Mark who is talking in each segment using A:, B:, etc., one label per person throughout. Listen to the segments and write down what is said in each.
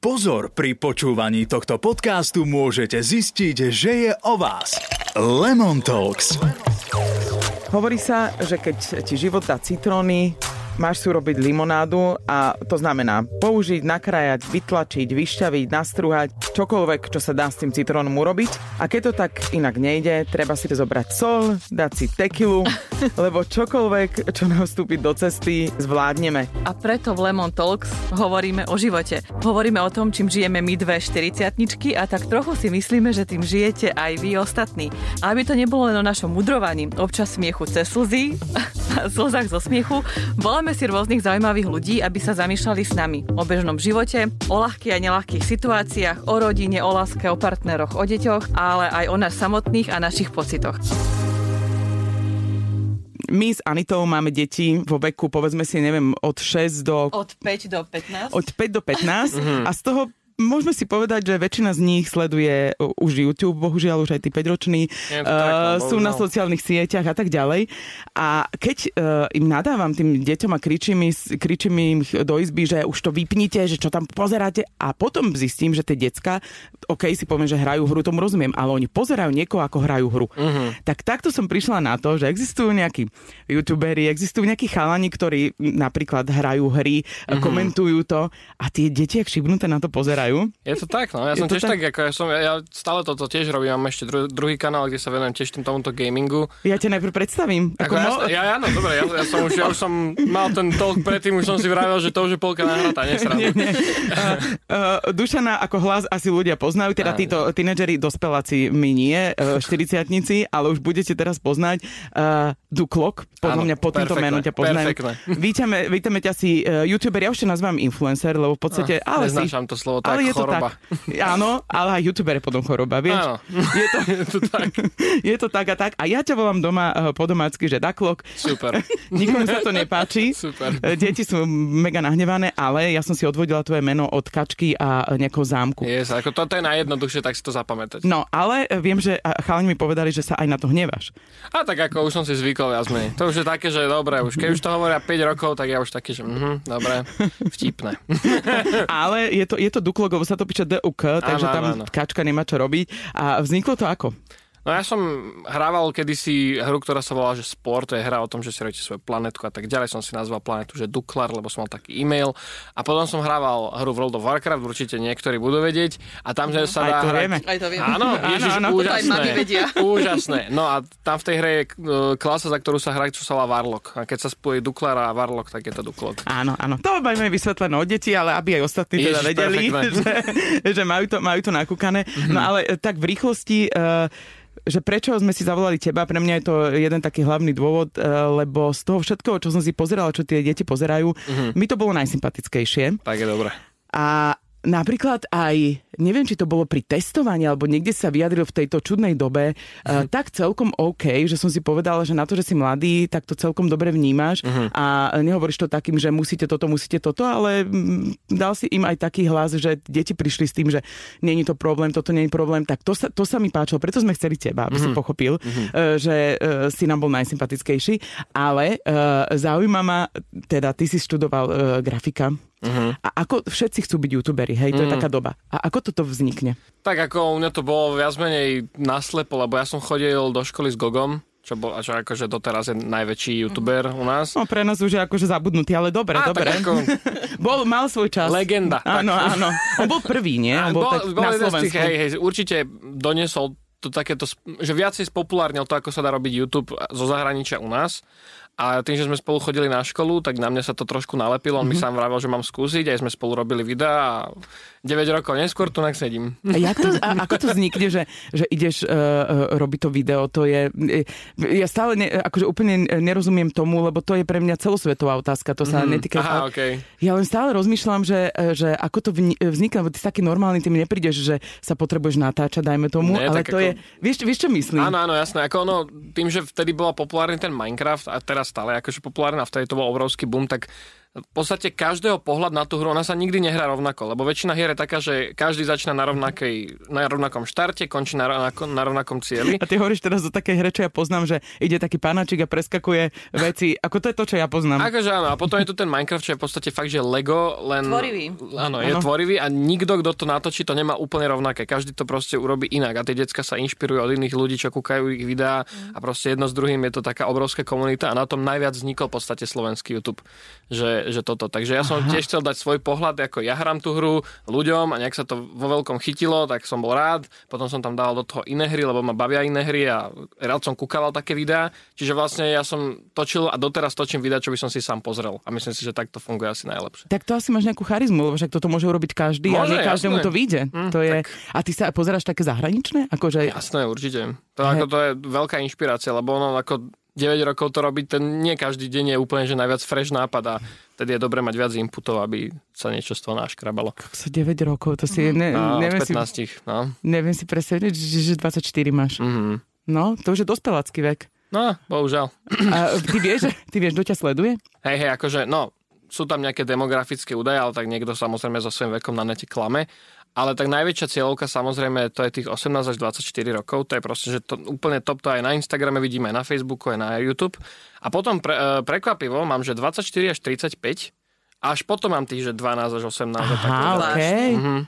A: Pozor, pri počúvaní tohto podcastu môžete zistiť, že je o vás. Lemon Talks.
B: Hovorí sa, že keď ti život dá citróny, máš si urobiť limonádu a to znamená použiť, nakrájať, vytlačiť, vyšťaviť, nastruhať, čokoľvek, čo sa dá s tým citrónom urobiť. A keď to tak inak nejde, treba si zobrať sol, dať si tekilu, lebo čokoľvek, čo nám vstúpi do cesty, zvládneme.
C: A preto v Lemon Talks hovoríme o živote. Hovoríme o tom, čím žijeme my dve 40 a tak trochu si myslíme, že tým žijete aj vy ostatní. A aby to nebolo len o našom mudrovaní, občas smiechu cez slzy, a slzách zo smiechu, voláme si rôznych zaujímavých ľudí, aby sa zamýšľali s nami o bežnom živote, o ľahkých a nelahkých situáciách, o rodine, o láske, o partneroch, o deťoch, ale aj o nás samotných a našich pocitoch.
B: My s Anitou máme deti vo veku, povedzme si, neviem, od 6 do...
C: Od 5 do 15.
B: od 5 do 15 a z toho môžeme si povedať, že väčšina z nich sleduje uh, už YouTube, bohužiaľ už aj tí 5-roční, uh,
D: Je to tak, no,
B: sú na
D: bohužiaľ.
B: sociálnych sieťach a tak ďalej. A keď uh, im nadávam tým deťom a kričím, is- kričím im do izby, že už to vypnite, že čo tam pozeráte a potom zistím, že tie decka, OK, si poviem, že hrajú hru, tomu rozumiem, ale oni pozerajú niekoho, ako hrajú hru.
D: Mhm.
B: Tak takto som prišla na to, že existujú nejakí youtuberi, existujú nejakí chalani, ktorí m, napríklad hrajú hry,
D: Mhm.
B: komentujú to a tie deti, ak šibnuté na to pozerajú,
D: Je to tak, no. Ja
B: Je
D: som
B: to
D: tiež tak, ako ja som, ja, ja stále toto tiež robím, mám ešte dru- druhý kanál, kde sa venujem tiež tým tomuto gamingu.
B: Ja ťa najprv predstavím.
D: Ako ja, ja, ja, áno, dobre, ja, ja, som už, ja už som mal ten talk predtým, už som si vravil, že to už je polka nahratá, nesrandu.
B: uh, Dušana ako hlas asi ľudia poznajú, teda títo tínedžeri, dospeláci my nie, uh, 40 ale už budete teraz poznať uh, Duklok, podľa
D: Áno,
B: mňa po tomto
D: perfektné,
B: menu ťa poznajú.
D: perfektné.
B: Vítame, vítame ťa si uh, youtuber, ja už ťa nazvám influencer, lebo v podstate...
D: Ah,
B: ale si,
D: neznášam to slovo, to
B: ale
D: je
B: je
D: choroba.
B: To tak. Áno, ale aj youtuber je potom choroba, vieš?
D: Áno,
B: Je to,
D: je to tak,
B: je to tak a tak. A ja ťa volám doma uh, po domácky, že Daklok.
D: super.
B: Nikomu sa to nepáči.
D: Super.
B: E, Deti sú mega nahnevané, ale ja som si odvodila tvoje meno od kačky a e, nejakého zámku.
D: Yes, ako toto je najjednoduchšie, tak si to zapamätať.
B: No, ale e, viem, že a, chalani mi povedali, že sa aj na to hneváš.
D: A tak ako už som si zvykol viac menej. To už je také, že dobre, už keď už to hovoria 5 rokov, tak ja už taký, že mhm, dobre, vtipné.
B: Ale je to, je to Duklok, lebo sa to píše DUK, takže
D: Hm. Áno,
B: tam
D: áno, áno.
B: kačka nemá čo robiť. A vzniklo to ako?
D: No ja som hrával kedysi hru, ktorá sa volala, že Sport, to je hra o tom, že si robíte svoju planetku a tak ďalej. Som si nazval planetu, že Duklar, lebo som mal taký e-mail. A potom som hrával hru World of Warcraft, určite niektorí budú vedieť. A tam že sa
B: Aj
D: dá
B: to
D: hrať...
B: vieme.
C: Aj to viem.
D: Áno,
B: Áno,
D: ježiš,
B: áno.
C: To aj mami
D: úžasné.
C: vedia.
D: úžasné. No a tam v tej hre je e, klasa, za ktorú sa hrá, čo sa volá Warlock. A keď sa spojí Duklar a Warlock, tak je to Duklok.
B: Áno, áno. To máme vysvetlené od detí, ale aby aj ostatní teda
D: Ježiš,
B: vedeli, že,
D: perfektné.
B: že majú, to, majú to nakúkané. No ale e, tak v rýchlosti... Uh, že prečo sme si zavolali teba, pre mňa je to jeden taký hlavný dôvod, e, lebo z toho všetkého, čo som si pozerala, čo tie deti pozerajú, mi to bolo najsympatickejšie.
D: Tak je dobré.
B: A napríklad aj, neviem, či to bolo pri testovaní, alebo niekde sa vyjadril v tejto čudnej dobe, uh, tak celkom OK, že som si povedala, že na to, že si mladý, tak to celkom dobre vnímaš a nehovoríš to takým, že musíte toto, musíte toto, ale mm, dal si im aj taký hlas, že deti prišli s tým, že není to problém, toto není problém, tak to sa, to sa mi páčilo, preto sme chceli teba, aby si pochopil, uh, že uh, si nám bol najsympatickejší, ale uh, zaujíma ma, teda ty si študoval uh, grafika,
D: Mhm.
B: a ako všetci chcú byť youtuberi, hej, to je taká doba. A ako toto vznikne?
D: Tak ako u mňa to bolo viac menej naslepo, lebo ja som chodil do školy s Gogom, čo, bol, čo akože doteraz je najväčší youtuber u nás.
B: Mhm. No pre nás už je akože zabudnutý, ale dobre,
D: Á,
B: dobre.
D: tak ako,
B: Bol, mal svoj čas.
D: Legenda.
B: Áno, áno. On bol prvý, nie? On bol,
D: bol,
B: tak
D: bol
B: na
D: jeden z
B: Slovensku.
D: tých, hej, hej, určite doniesol to takéto, sp- že viacej spopulárnil to, ako sa dá robiť YouTube zo zahraničia u nás. A tým, že sme spolu chodili na školu, tak na mňa sa to trošku nalepilo. On mm-hmm. mi
B: Mhm.
D: sám vravil, že mám skúsiť, aj sme spolu robili videá a 9 rokov neskôr tu nak sedím.
B: A, jak to, a ako to vznikne, že, že ideš uh, robiť to video, to je... e, Ja stále ne, akože úplne nerozumiem tomu, lebo to je pre mňa celosvetová otázka, to sa mm, netýka...
D: Mhm. Aha, okej.
B: Ja len stále rozmýšľam, že, e, že ako to vni- e, vzniká, lebo ty si taký normálny, ty mi neprídeš, že sa potrebuješ natáčať, dajme tomu,
D: Nie,
B: ale
D: tak
B: to
D: ako-
B: je... Vieš, vieš, čo myslím?
D: Áno, áno, jasné. Ako ono, tým, že vtedy bola populárny ten Minecraft a teraz stále akože populárna, vtedy to bol obrovský boom, tak v podstate každého pohľad na tú hru, ona sa nikdy nehrá rovnako, lebo väčšina hier je taká, že každý začína na, rovnakej, na rovnakom štarte, končí na, rovnako, na rovnakom cieli.
B: A ty hovoríš teraz o takej hre, čo ja poznám, že ide taký panačik a preskakuje veci. Ako to je to, čo ja poznám.
D: Akože áno, a potom je tu ten Minecraft, čo je v podstate fakt, že Lego, len...
C: Tvorivý.
D: Áno, je
B: Áno.
D: tvorivý a nikto, kto to natočí, to nemá úplne rovnaké. Každý to proste urobí inak a tie decka sa inšpirujú od iných ľudí, čo kúkajú ich videá a proste jedno s druhým je to taká obrovská komunita a na tom najviac vznikol v podstate slovenský YouTube, že, že toto. Takže ja som tiež chcel dať svoj pohľad, ako ja hrám tú hru ľuďom a nejak sa to vo veľkom chytilo, tak som bol rád. Potom som tam dával do toho iné hry, lebo ma bavia iné hry a rád som kúkaval také videá. Čiže vlastne ja som točil a doteraz točím videá, čo by som si sám pozrel. A myslím si, že takto funguje asi najlepšie.
B: Tak to asi máš nejakú charizmu, lebo však toto môže urobiť každý a
D: Môže,
B: nie každému
D: jasné.
B: to vyjde.
D: Mm,
B: to je... A ty sa pozeráš také zahraničné? Akože...
D: Jasné, určite. To, ako, to je veľká inšpirácia, lebo ono ako 9 rokov to robiť, ten nie každý deň je úplne, že najviac fresh nápad a tedy je dobre mať viac inputov, aby sa niečo z toho náškrabalo.
B: 9 rokov, to si... Ne,
D: No, od
B: neviem, si
D: 15. No.
B: neviem si presvedčiť, že že 24 máš.
D: Mhm.
B: No, to už je dospelácky vek.
D: no, bohužiaľ.
B: A ty vieš, ty vieš, kto ťa sleduje?
D: Hej, hej, akože, no, sú tam nejaké demografické údaje, ale tak niekto samozrejme so svojím vekom na nete klame. Ale tak najväčšia cieľovka samozrejme to je tých 18 až 24 rokov, to je proste, že to úplne top, to aj na Instagrame vidíme, aj na Facebooku, aj na YouTube. A potom pre, e, prekvapivo mám, že 24 až 35, až potom mám tých, že 12 až 18. a tak.
B: Aha,
C: zvláštne.
B: okej.
D: Mhm.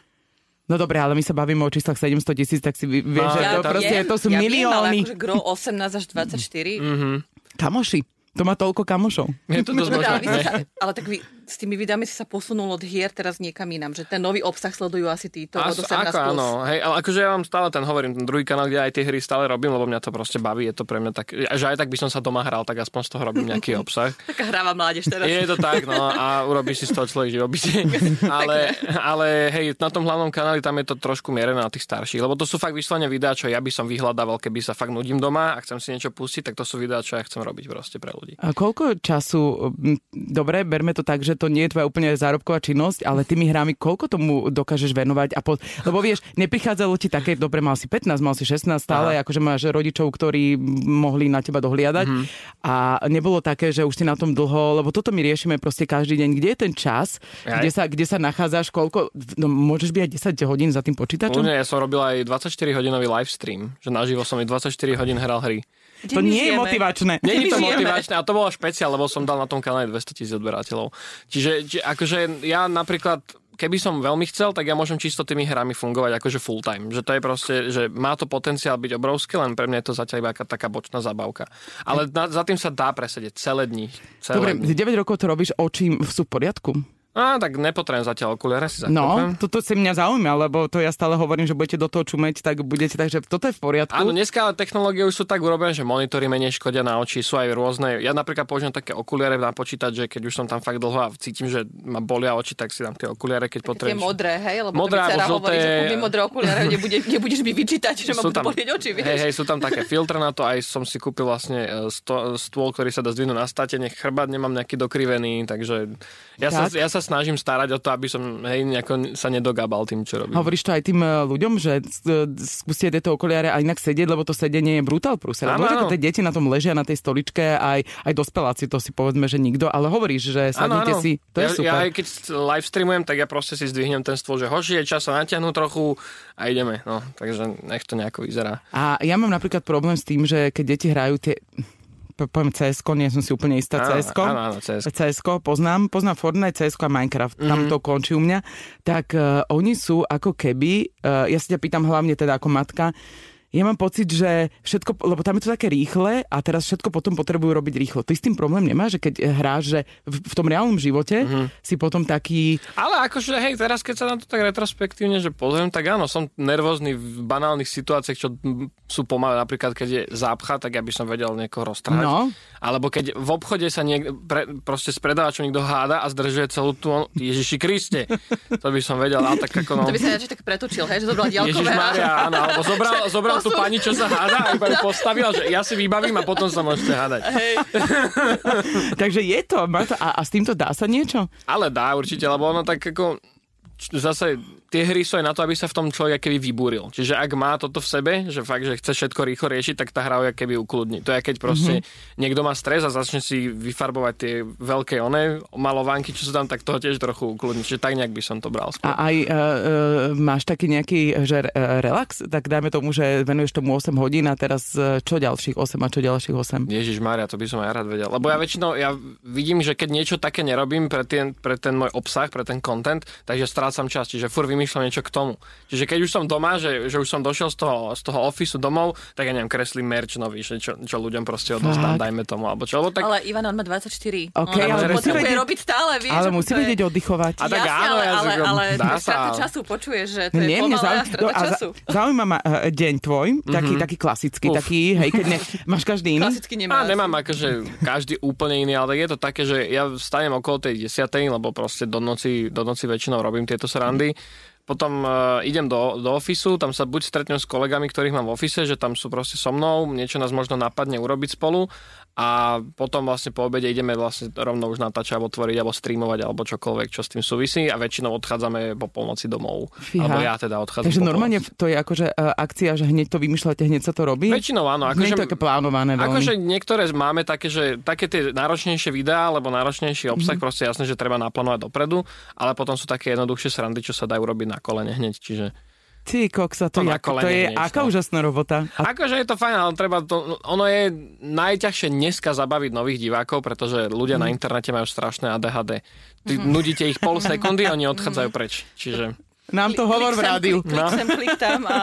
B: No dobre, ale my sa bavíme o číslach 700 tisíc, tak si vie,
D: No,
B: že
D: Ja
B: to,
D: viem,
B: proste, to sú
C: ja
B: milióny.
C: Viem, ale
B: Mhm.
C: akože gro 18 až 24. Mm.
B: Kamoši, to má toľko kamošov.
D: Je to dosť
B: Mhm.
C: Dobre, ale, vy
D: možné.
C: ste sa, ale tak vy, s tými videami si sa posunul od hier teraz niekam inam, že ten nový obsah sledujú asi títo
D: As-
C: od 18
D: ako,
C: plus.
D: áno, hej, ale akože ja vám stále ten hovorím, ten druhý kanál, kde aj tie hry stále robím, lebo mňa to proste baví, je to pre mňa tak, že aj tak by som sa doma hral, tak aspoň z toho robím nejaký obsah.
C: Taká hráva mládež teraz.
D: Je to tak, no a urobíš si z toho človek živobytie. Ale, ale hej, na tom hlavnom kanáli tam je to trošku mierené na tých starších, lebo to sú fakt vyslovene videá, čo ja by som vyhľadával, keby sa fakt nudím doma a chcem si niečo pustiť, tak to sú videá, čo ja chcem robiť proste pre ľudí.
B: A koľko času, m, dobre, berme to tak, že to nie je tvoja úplne zárobková činnosť, ale tými hrami koľko tomu dokážeš venovať? A po, lebo vieš, neprichádzalo ti také, dobre, mal si 15, mal si 16, stále akože máš rodičov, ktorí mohli na teba dohliadať
D: Mhm.
B: mm. a nebolo také, že už si na tom dlho, lebo toto my riešime proste každý deň. Kde je ten čas,
D: Aj.
B: kde sa, kde sa nachádzaš, koľko, no, môžeš byť aj 10 hodín za tým počítačom?
D: Úplne, ja som robil aj 24-hodinový live stream, že naživo som i 24 hodín hral hry.
C: Kde
B: To
C: my
B: nie je
C: žijeme?
B: motivačné.
D: Nie je
C: My
D: to
C: žijeme.
D: motivačné a to bolo špeciál, lebo som dal na tom kanále 200 tisíc odberateľov. Čiže či, akože ja napríklad keby som veľmi chcel, tak ja môžem čisto tými hrami fungovať akože full time. Že to je proste, že má to potenciál byť obrovský, len pre mňa je to zatiaľ iba aká- taká bočná zabavka. Ale na, za tým sa dá presedieť celé dni. Celé
B: Hm. Dobre,
D: dni.
B: 9 rokov to robíš, oči sú v poriadku?
D: Á, tak nepotrebujem zatiaľ okuliare si
B: No,
D: zakúpem.
B: toto si mňa zaujíma, lebo to ja stále hovorím, že budete do toho čumeť, tak budete, takže toto je v poriadku.
D: Áno, dneska ale technológie už sú tak urobené, že monitory menej škodia na oči, sú aj rôzne. Ja napríklad používam také okuliare na počítač, že keď už som tam fakt dlho a cítim, že ma bolia oči, tak si dám tie okuliare, keď
C: Tie
D: potrebujem.
C: modré, hej? Lebo
D: Modré
C: to mi dcera
D: alebo
C: hovorí, že
D: žlté.
C: kúpim modré okuliare, nebude, nebudeš mi vyčítať, že ma budú bolieť oči, vieš?
D: Hej, hej, sú tam také filtre na to, aj som si kúpil vlastne e, sto, stôl, ktorý sa dá zdvihnúť na statene, chrbát nemám nejaký dokrivený, takže ja, sa,
B: Tak.
D: ja sa snažím starať o to, aby som hej, nejako sa nedogabal tým, čo robím.
B: Hovoríš to aj tým e, ľuďom, že e, skúste tieto okuliare a inak sedieť, lebo to sedenie je brutál prúser. Lebo
D: Áno,
B: že
D: áno.
B: tie deti na tom ležia na tej stoličke, aj, aj dospeláci, to si povedzme, že nikto, ale hovoríš, že sadnite si, to
D: ja,
B: je super.
D: Ja aj keď live streamujem, tak ja proste si zdvihnem ten stôl, že hoši, je čas sa natiahnu trochu a ideme. No, takže nech to nejako vyzerá.
B: A ja mám napríklad problém s tým, že keď deti hrajú tie, po- poviem cs nie som si úplne istá
D: Áno,
B: cs
D: áno, áno, CS.
B: cs poznám, poznám Fortnite, cs a Minecraft, mm-hmm. tam to končí u mňa, tak uh, oni sú ako keby, uh, ja sa ťa pýtam hlavne teda ako matka, ja mám pocit, že všetko, lebo tam je to také rýchle a teraz všetko potom potrebujú robiť rýchlo. Ty s tým problém nemáš, že keď e, hráš, že v, v tom reálnom živote mm-hmm. si potom taký,
D: Ale akože, hej, teraz keď sa na to tak retrospektívne, že pozriem, tak áno, som nervózny v banálnych situáciách, čo m, sú pomalé, napríklad keď je zápcha, tak ja by som vedel niekoho roztrhať.
B: No.
D: Alebo keď v obchode sa niek- pre, proste s predávačom niekto háda a zdržuje celú tú... Ježiši Kriste, to by som vedel. A tak ako, no,
C: To by sa radšej tak pretočil, hej, že zobral
D: Ježiš
C: diaľkové
D: Maria,
C: a-
D: áno, alebo zobral, zobral tú pani, čo sa háda a iba ju postavila, že ja si vybavím a potom sa môžete hádať.
B: takže je to, má to a, a s týmto dá sa niečo?
D: Ale dá určite, lebo ono tak ako č- zase tie hry sú aj na to, aby sa v tom človek keby vybúril. Čiže ak má toto v sebe, že fakt, že chce všetko rýchlo riešiť, tak tá hra ho keby ukludní. To je keď proste mm-hmm. niekto má stres a začne si vyfarbovať tie veľké one malovánky, čo sú tam, tak toho tiež trochu ukludní. Čiže tak nejak by som to bral.
B: A aj uh, uh, máš taký nejaký že uh, relax? Tak dajme tomu, že venuješ tomu 8 hodín a teraz uh, čo ďalších 8 a čo ďalších 8?
D: Ježiš Mária, to by som aj rád vedel. Lebo ja väčšinou ja vidím, že keď niečo také nerobím pre ten, pre ten môj obsah, pre ten content, takže strácam čas, čiže fur vymýšľam niečo k tomu. Čiže keď už som doma, že, že už som došiel z toho, z toho ofisu domov, tak ja neviem, kreslím merch nový, že čo, čo ľuďom proste odozdám, dajme tomu, alebo čo. Lebo tak,
E: Ale Ivan, on má 24.
B: Ok,
E: on
B: ale musí
E: potrebuje
B: vedieť-
E: robiť stále, vieš.
B: Ale
E: že
B: musí
E: to je-
B: vedieť oddychovať.
D: A tak
E: Jasne,
D: áno,
E: ale,
D: ja
E: ale,
D: zrakom-
E: ale
D: dá
E: to je strata
D: sa.
E: času, počuješ, že to je
B: No Nie, mne
E: pomalé a
B: zaujíma,
E: strata času.
B: zaujíma ma e, deň tvoj, taký, taký klasický,
D: Uf.
B: taký, hej, keď ne, máš každý iný.
E: Klasicky nemá.
D: A nemám akože každý úplne iný, ale tak je to také, že ja vstanem okolo tej desiatej, lebo proste do noci, do noci väčšinou robím tieto srandy. Potom uh, idem do, do ofisu, tam sa buď stretnem s kolegami, ktorých mám v ofise, že tam sú proste so mnou, niečo nás možno napadne urobiť spolu a potom vlastne po obede ideme vlastne rovno už natáčať, alebo tvoriť, alebo streamovať, alebo čokoľvek, čo s tým súvisí a väčšinou odchádzame po polnoci domov.
B: Fíha.
D: Alebo ja teda odchádzam
B: Takže
D: po
B: normálne
D: polnoci.
B: to je akože e, akcia, že hneď to vymýšľate, hneď sa to robí.
D: Väčšinou áno,
B: Akože,
D: akože
B: to také plánované veľmi.
D: Akože niektoré máme také, že také tie náročnejšie videá, alebo náročnejší
B: Mhm.
D: obsah, mm-hmm. proste jasné, že treba naplánovať dopredu, ale potom sú také jednoduchšie srandy, čo sa dajú robiť na kolene hneď, čiže...
B: Ty koksa, to, to,
D: To
B: jak,
D: na
B: to
D: kolene
B: je
D: hneď,
B: aká
D: no.
B: úžasná robota. A
D: Akože je to fajn, ale treba to, ono je najťažšie dneska zabaviť nových divákov, pretože
B: Mhm.
D: ľudia na internete majú strašné ADHD. Ty nudíte ich pol sekundy, oni odchádzajú preč. Čiže
B: nám to hovor v rádiu.
E: Klik, klik sem, klik tam a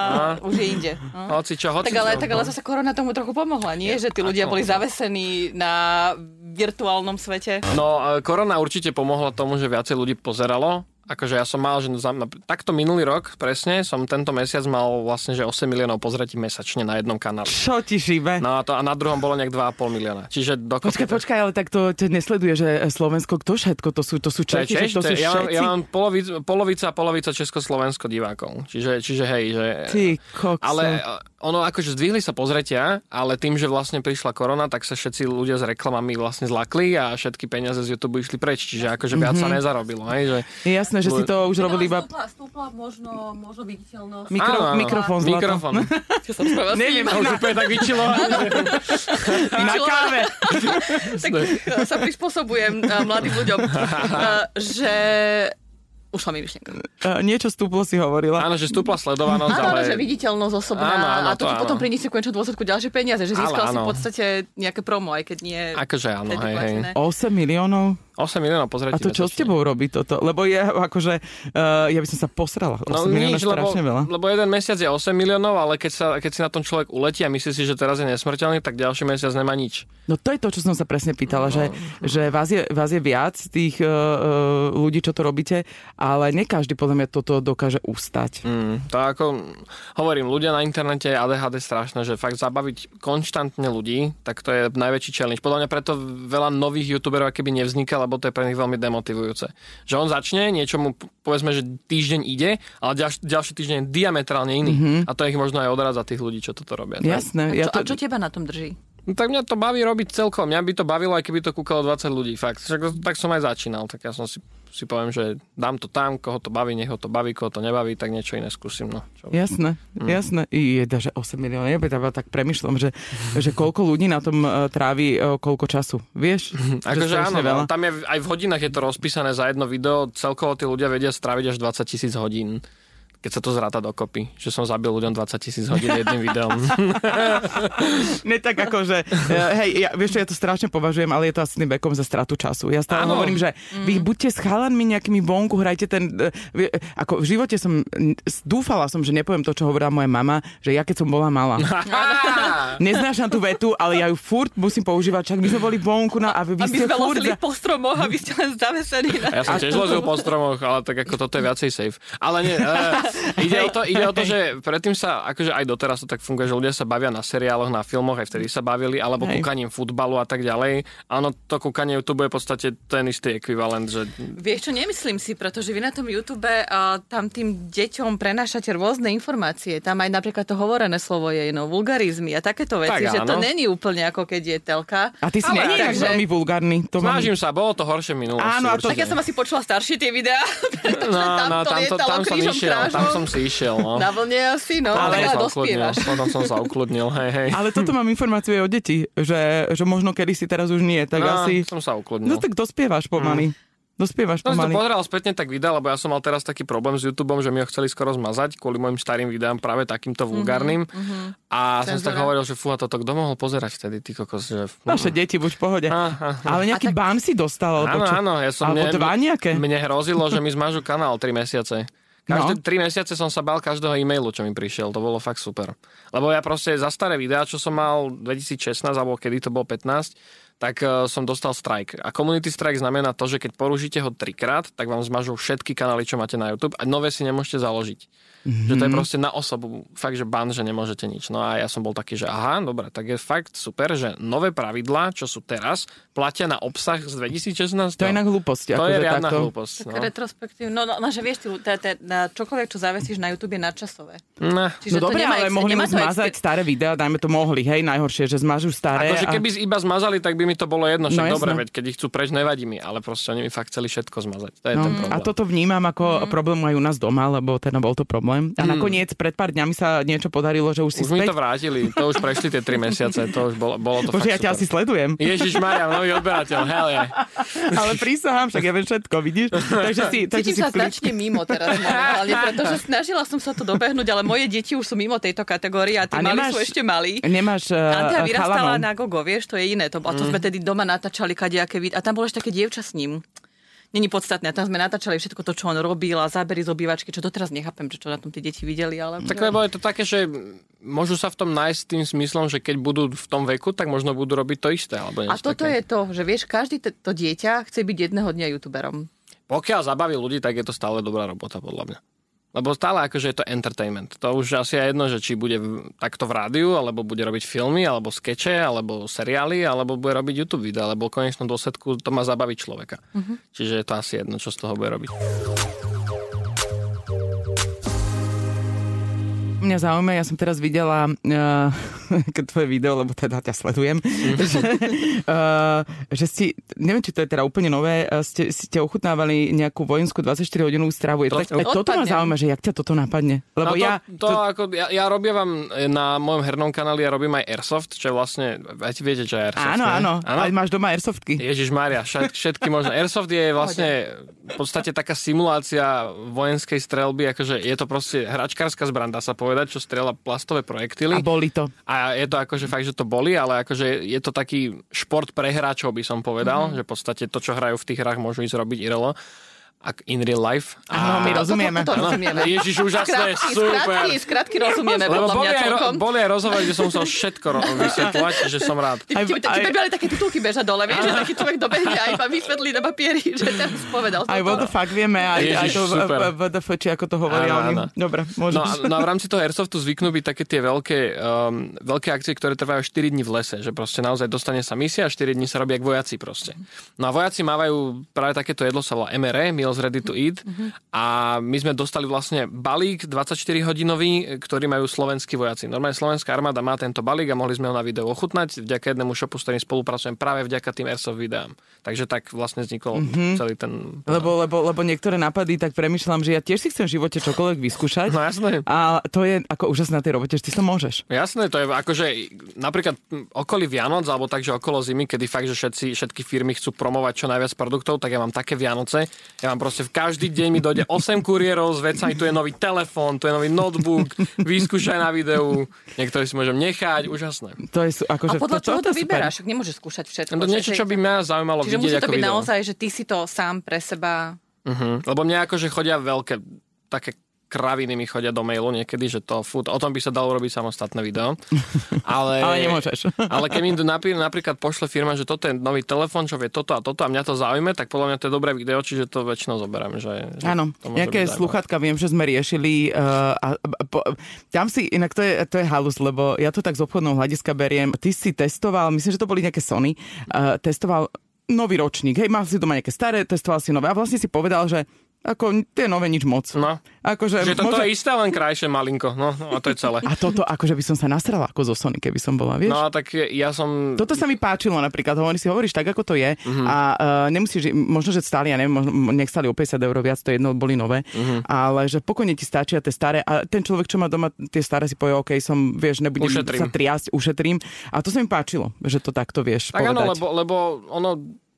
E: už je inde. No.
B: Mhm.
D: hoci čo, hoci
E: Tak ale,
D: čo.
E: tak ale zase korona tomu trochu pomohla, nie? Že tí ľudia boli zavesení na virtuálnom svete.
D: No, e, korona určite pomohla tomu, že viacej ľudí pozeralo. Akože ja som mal, že za- na- takto minulý rok presne, som tento mesiac mal vlastne, že 8 miliónov pozretí mesačne na jednom kanáli.
B: Čo ti šíbe?
D: No teda? a, to, a na druhom bolo nejak 2,5 milióna. Čiže
B: Počkaj,
D: dokopy...
B: počkaj, ale tak to ťa nesleduje, že eh, Slovensko, kto všetko, to sú, to sú
D: To
B: Češi,
D: je
B: že
D: Češ,
B: to
D: to
B: sú
D: je- ja, mám,
B: všetci.
D: ja mám polovic, polovica, polovica Československo divákov. Čiže, čiže hej, že...
B: Ty kokso.
D: Ale e, ono, akože zdvihli sa pozretia, ale tým, že vlastne prišla korona, tak sa všetci ľudia s reklamami vlastne zlakli a všetky peniaze z YouTube išli preč, čiže akože viac
B: Mhm.
D: sa nezarobilo. Hej, že...
B: Je jasné, že si to už robili iba
F: Stúpla, stúpla možno, možno viditeľnosť.
B: mikro,
D: Áno, áno.
B: mikrofón zlato.
D: Mikrofón.
E: Čo som spravila s
B: Neviem,
E: ním.
D: už úplne tak vyčilo.
B: na káve.
E: tak eh, sa prispôsobujem eh, mladým ľuďom, eh, že... Ušla mi myšlienka.
B: E, Niečo stúplo si hovorila.
D: Áno, že stúpla sledovanosť,
E: Áno,
D: ale...
E: ale... že viditeľnosť osobná
D: Áno, áno,
E: a to,
D: to
E: ti
D: áno.
E: potom priniesie v konečnom dôsledku ďalšie peniaze, že
D: Ale
E: získal si
D: áno.
E: v podstate nejaké promo, aj keď nie...
D: Akože áno,
E: vtedy
D: hej, hej.
E: platené.
B: 8 miliónov?
D: 8 miliónov pozretí.
B: A to čo s
D: mesačne.
B: tebou robí toto? Lebo ja akože, uh, ja by som sa posrala. 8
D: No
B: miliónov
D: nič,
B: je
D: lebo,
B: strašne veľa.
D: lebo jeden mesiac je 8 miliónov, ale keď, sa, keď si na tom človek uletí a myslí si, že teraz je nesmrteľný, tak ďalší mesiac nemá nič.
B: No to je to, čo som sa presne pýtala, že, že vás, je, vás je viac tých uh, ľudí, čo to robíte, ale ne každý podľa mňa toto dokáže ustať.
D: Mm, to ako, hovorím, ľudia na internete je ADHD strašné, že fakt zabaviť konštantne ľudí, tak to je najväčší challenge. Podľa mňa preto veľa nových youtuberov keby nevzniká, lebo to je pre nich veľmi demotivujúce. Že on začne, niečomu povedzme, že týždeň ide, ale ďalší, ďalší týždeň je diametrálne iný. Mm-hmm. A to ich možno aj odrádza tých ľudí, čo toto robia.
B: Jasné.
E: A
B: Ja
E: čo, a
B: to,
E: čo teba na tom drží?
D: No, tak mňa to baví robiť celkom. Mňa by to bavilo, aj keby to kúkalo 20 ľudí. Fakt. Však, tak som aj začínal. Tak ja som si, si poviem, že dám to tam, koho to baví, nech ho to baví, koho to nebaví, tak niečo iné skúsim. No, čo?
B: Jasné, jasné. I jeda, že 8 miliónov. Ja by teda tak premyšľam, že, že koľko ľudí na tom eh, trávi eh, koľko času. Vieš?
D: Akože
B: strašne
D: áno, veľa. tam je, aj v hodinách je to rozpísané za jedno video, celkovo tí ľudia vedia stráviť až 20 tisíc hodín keď sa to zráta dokopy, že som zabil ľuďom 20 tisíc hodín jedným videom.
B: Ne tak ako, že eh, hej, ja, vieš čo, ja to strašne považujem, ale je to asi tým vekom za stratu času. Ja stále
D: Áno.
B: hovorím, že vy buďte s chalanmi nejakými vonku, hrajte ten... eh, vie- Ako v živote som... n- Dúfala som, že nepoviem to, čo hovorila moja mama, že ja keď som bola malá. Neznášam tú vetu, ale ja ju furt musím používať. Však my sme boli vonku na, a vy, vy
E: Aby
B: ste
E: sme
B: furt...
E: lozili
B: Za...
E: po stromoch, aby ste len zavesení na...
D: A ja som tiež lozil po stromoch, ale tak ako toto je viacej safe. Ale nie, eh, Ide o, to, ide o to, že predtým sa, akože aj doteraz to tak funguje, že ľudia sa bavia na seriáloch, na filmoch, aj vtedy sa bavili, alebo
B: Hej.
D: kúkaním futbalu a tak ďalej. Áno, to kúkanie YouTube je v podstate ten istý ekvivalent, že
E: Vieš čo, nemyslím si, pretože vy na tom YouTube a, tam tým deťom prenášate rôzne informácie. Tam aj napríklad to hovorené slovo je no, vulgarizmy a takéto veci,
D: Tak
E: že to
D: áno.
E: není úplne ako keď je telka.
B: A ty si
E: Ale
B: nie tak
E: takže-
B: veľmi vulgárny. To mám...
D: Snažím sa, bolo to horšie v minulosti.
B: Áno, a to-
E: Tak ja som asi počula staršie tie videá, pretože
D: no,
E: tam
D: no,
E: to
D: tam, to,
E: lietalo
D: tam som
E: krížom
D: išiel, tam
E: krážom.
D: som si išiel, no.
E: Na vlne asi, no,
D: Potom
E: ale
D: som sa ukludnil,
E: dospievaš.
D: potom som sa ukludnil, hej, hej.
B: Ale toto mám informáciu aj o deti, že, že možno kedy si teraz už nie, tak
D: No,
B: asi...
D: som sa ukludnil.
B: No tak dospievaš pomaly. Dospievaš
D: No, som to
B: pomaly.
D: pozeral spätne tak videa, lebo ja som mal teraz taký problém s YouTube, že mi ho chceli skoro zmazať kvôli mojim starým videám práve
E: Mhm,
D: takýmto vulgárnym. A som si tak
E: Cenzúra.
D: hovoril, že fúha, toto kto mohol pozerať vtedy, ty kokos, že...
B: Naše deti buď v pohode.
D: Aha.
B: Ale nejaký bán si dostal, alebo
D: Áno,
B: čo?
D: áno, ja som...
B: Alebo
D: mne-
B: dva nejaké?
D: Mne hrozilo, že mi zmažu kanál 3 mesiace. Každé
B: No.
D: 3 mesiace som sa bal každého e-mailu, čo mi prišiel. To bolo fakt super. Lebo ja proste za staré videá, čo som mal 2016, alebo kedy to bolo 15, tak eh, som dostal strike. A community strike znamená to, že keď porušíte ho trikrát, tak vám zmažú všetky kanály, čo máte na YouTube a nové si nemôžete založiť. Mm-hmm. Že to
B: Mhm.
D: je proste na osobu fakt, že ban, že nemôžete nič. No a ja som bol taký, že aha, dobre, tak je fakt super, že nové pravidlá, čo sú teraz, platia na obsah z 2016.
B: To je inak hlúposť.
D: To
B: akože
D: je riadna
B: takto.
D: hlúposť.
E: Tak
D: No.
E: retrospektívne. No, no, no, že vieš, ty, tá, tá, na čokoľvek, čo zavesíš na YouTube, je nadčasové.
D: No.
E: Čiže
B: no dobre,
E: to nemá
B: ale
E: ex-
B: mohli mu
E: nemá to
B: zmazať
E: ex-
B: staré videá, dajme to mohli, hej, najhoršie, že zmažú staré.
D: Akože keby iba zmazali, tak by mi to bolo
B: No
D: jedno, však
B: jasné.
D: dobre, veď keď ich chcú preč, nevadí mi, ale proste oni mi fakt chceli všetko zmazať. To je
B: No,
D: ten
E: Mm.
D: problém.
B: a toto vnímam ako problém aj u nás doma, lebo teda bol to problém. A nakoniec pred pár dňami sa niečo podarilo, že už si
D: Mm. Už mi
B: späť...
D: to vrátili, to už prešli tie 3 mesiace, to už bolo, bolo to
B: Bože, ja
D: fakt
B: ťa
D: super.
B: asi sledujem.
D: Ježiš Maria, nový odberateľ, hell yeah.
B: Ale prísahám, však ja viem všetko, vidíš? Takže si, takže
E: Cítim
B: si
E: sa
B: v kli-
E: značne mimo teraz momentálne, pretože snažila som sa to dobehnúť, ale moje deti už sú mimo tejto kategórie a tí
B: A
E: malí
B: nemáš-
E: sú ešte malí.
B: Nemáš
E: Antea
B: uh,
E: vyrastala na Gogo, vieš, to je iné. To,
B: Mm.
E: a to sme tedy doma natáčali kadejaké vid. A tam bolo ešte také dievča s ním. Není podstatné. A tam sme natáčali všetko to, čo on robil a zábery z obývačky, čo doteraz nechápem, čo, čo na tom tie deti videli. Ale...
D: Tak lebo je to také, že môžu sa v tom nájsť tým zmyslom, že keď budú v tom veku, tak možno budú robiť to isté. Alebo
E: a
D: niečo
E: toto
D: také.
E: je to, že vieš, každý t- to dieťa chce byť jedného dňa youtuberom.
D: Pokiaľ zabaví ľudí, tak je to stále dobrá robota, podľa mňa. Lebo stále akože je to entertainment. To už asi aj jedno, že či bude v- takto v rádiu, alebo bude robiť filmy, alebo skeče, alebo seriály, alebo bude robiť YouTube videa, lebo v konečnom dôsledku to má zabaviť človeka.
E: Mhm.
D: Čiže je to asi jedno, čo z toho bude robiť.
B: Mňa zaujíma, ja som teraz videla uh, tvoje video, lebo teda ťa sledujem,
D: Mhm.
B: že, uh, že si, neviem, či to je teda úplne nové, eh, ste, ste ochutnávali nejakú vojenskú 24-hodinovú stravu. To, tak, eh, toto ma
E: Odpadnem.
B: zaujíma, že jak ťa toto napadne. Lebo
D: no to,
B: ja...
D: to, ako, ja, ja robím vám na mojom hernom kanáli, ja robím aj Airsoft, čo je vlastne, aj viete, čo je Airsoft.
B: áno,
D: ne?
B: áno, áno, aj máš doma airsoftky.
D: Ježiš Maria, všetky možno. Airsoft je vlastne v podstate taká simulácia vojenskej strelby, akože je to proste hračkárska zbraň, dá sa povedať, čo strela plastové
B: A
D: projektily.
B: boli to.
D: A je to akože fakt, že to boli, ale akože je to taký šport pre hráčov, by som povedal,
B: Mhm.
D: že v podstate to, čo hrajú v tých hrách, môžu ísť robiť IRL a in real life.
B: Áno, my
E: To-
B: rozumieme.
E: To, to, to rozumieme.
D: Ježiš, úžasné,
E: Skrátky,
D: super.
E: skrátky, skrátky rozumieme,
D: Lebo
E: podľa
D: boli
E: mňa
D: aj, ro-
E: celkom.
D: boli aj rozhovory, kde som musel všetko ro- vysvetľovať, že som rád.
E: Ti,
B: Aj-
E: ti, ti
B: aj-
E: prebrali také titulky beža dole, vieš, že taký človek dobehne a iba vysvetlí na papieri, že teraz povedal.
B: Aj
E: toto.
B: what the fuck vieme, aj, aj
D: Ježiš,
B: to v-
D: super.
B: v- VDF, či ako to hovoria
D: Áno,
B: oni.
D: áno.
B: Dobre,
D: No a,
B: môžeš.
D: no a v rámci toho airsoftu zvyknú byť také tie veľké, um, veľké akcie, ktoré trvajú 4 dní v lese, že proste naozaj dostane sa misia a 4 dní sa robia k vojaci proste. No a vojaci mávajú práve takéto jedlo, sa volá MRE, Meals Ready to Eat a my sme dostali vlastne balík 24-hodinový, ktorý majú slovenskí vojaci. Normálne slovenská armáda má tento balík a mohli sme ho na videu ochutnať vďaka jednému shopu, s ktorým spolupracujem práve vďaka tým airsoft videám. Takže tak vlastne vznikol celý ten...
B: Lebo, lebo, lebo niektoré napady, tak premyšľam, že ja tiež si chcem v živote čokoľvek vyskúšať.
D: No jasné.
B: A to je ako úžasné na tej robote, že ty to môžeš.
D: Jasné, to je akože napríklad mm, okolí Vianoc, alebo takže okolo zimy, kedy fakt, že všetci, všetky firmy chcú promovať čo najviac produktov, tak ja mám také Vianoce. Ja mám proste v každý deň mi dojde 8 kuriérov s vecami, tu je nový telefón, tu je nový notebook, vyskúšaj na videu, niektoré si môžem nechať, úžasné.
B: To je sú-
E: A
B: akože...
E: podľa
B: to-
E: čoho
B: toto
E: to
B: je super.
E: vyberáš? Však nemôžeš skúšať všetko.
D: Je To
E: že-
D: niečo,
E: že-
D: čo by mňa zaujímalo
E: Čiže musí
D: vidieť
E: to
D: ako
E: byť
D: video.
E: naozaj, že ty si to sám pre seba...
D: Mhm. Lebo mňa akože chodia veľké také kraviny mi chodia do mailu niekedy, že to fú, o tom by sa dalo robiť samostatné video. Ale,
B: Ale nemôžeš.
D: Ale keď mi napí- napríklad pošle firma, že toto je nový telefón, čo vie toto a toto a mňa to zaujme, tak podľa mňa to je dobré video, čiže to väčšinou zoberiem. Že, že
B: Áno,
D: to môže byť
B: nejaké
D: zaujímavé.
B: sluchatka viem, že sme riešili. Uh, a, a, po, tam si, inak to je, to je halus, lebo ja to tak z obchodného hľadiska beriem. Ty si testoval, myslím, že to boli nejaké Sony, uh, testoval nový ročník. Hej, mal si doma nejaké staré, testoval si nové a vlastne si povedal, že ako tie nové nič moc.
D: No.
B: Akože,
D: Že toto je isté, len krajšie malinko. No, no a to je celé.
B: A toto, akože by som sa nasrala ako zo Sony, keby som bola, vieš?
D: No tak ja som...
B: Toto sa mi páčilo napríklad, hovorí si, hovoríš tak, ako to je
D: Mhm.
B: mm-hmm. a uh, nemusíš, možno, že stáli, ja neviem, možno, nech stáli o 50 eur viac, to jedno boli nové,
D: Mhm.
B: mm-hmm. ale že pokojne ti stačia tie staré a ten človek, čo má doma tie staré, si povie, OK, som, vieš, nebudem
D: Ušetrím.
B: sa triasť, ušetrím a to sa mi páčilo, že to takto vieš povedať.
D: Tak áno, lebo, lebo ono...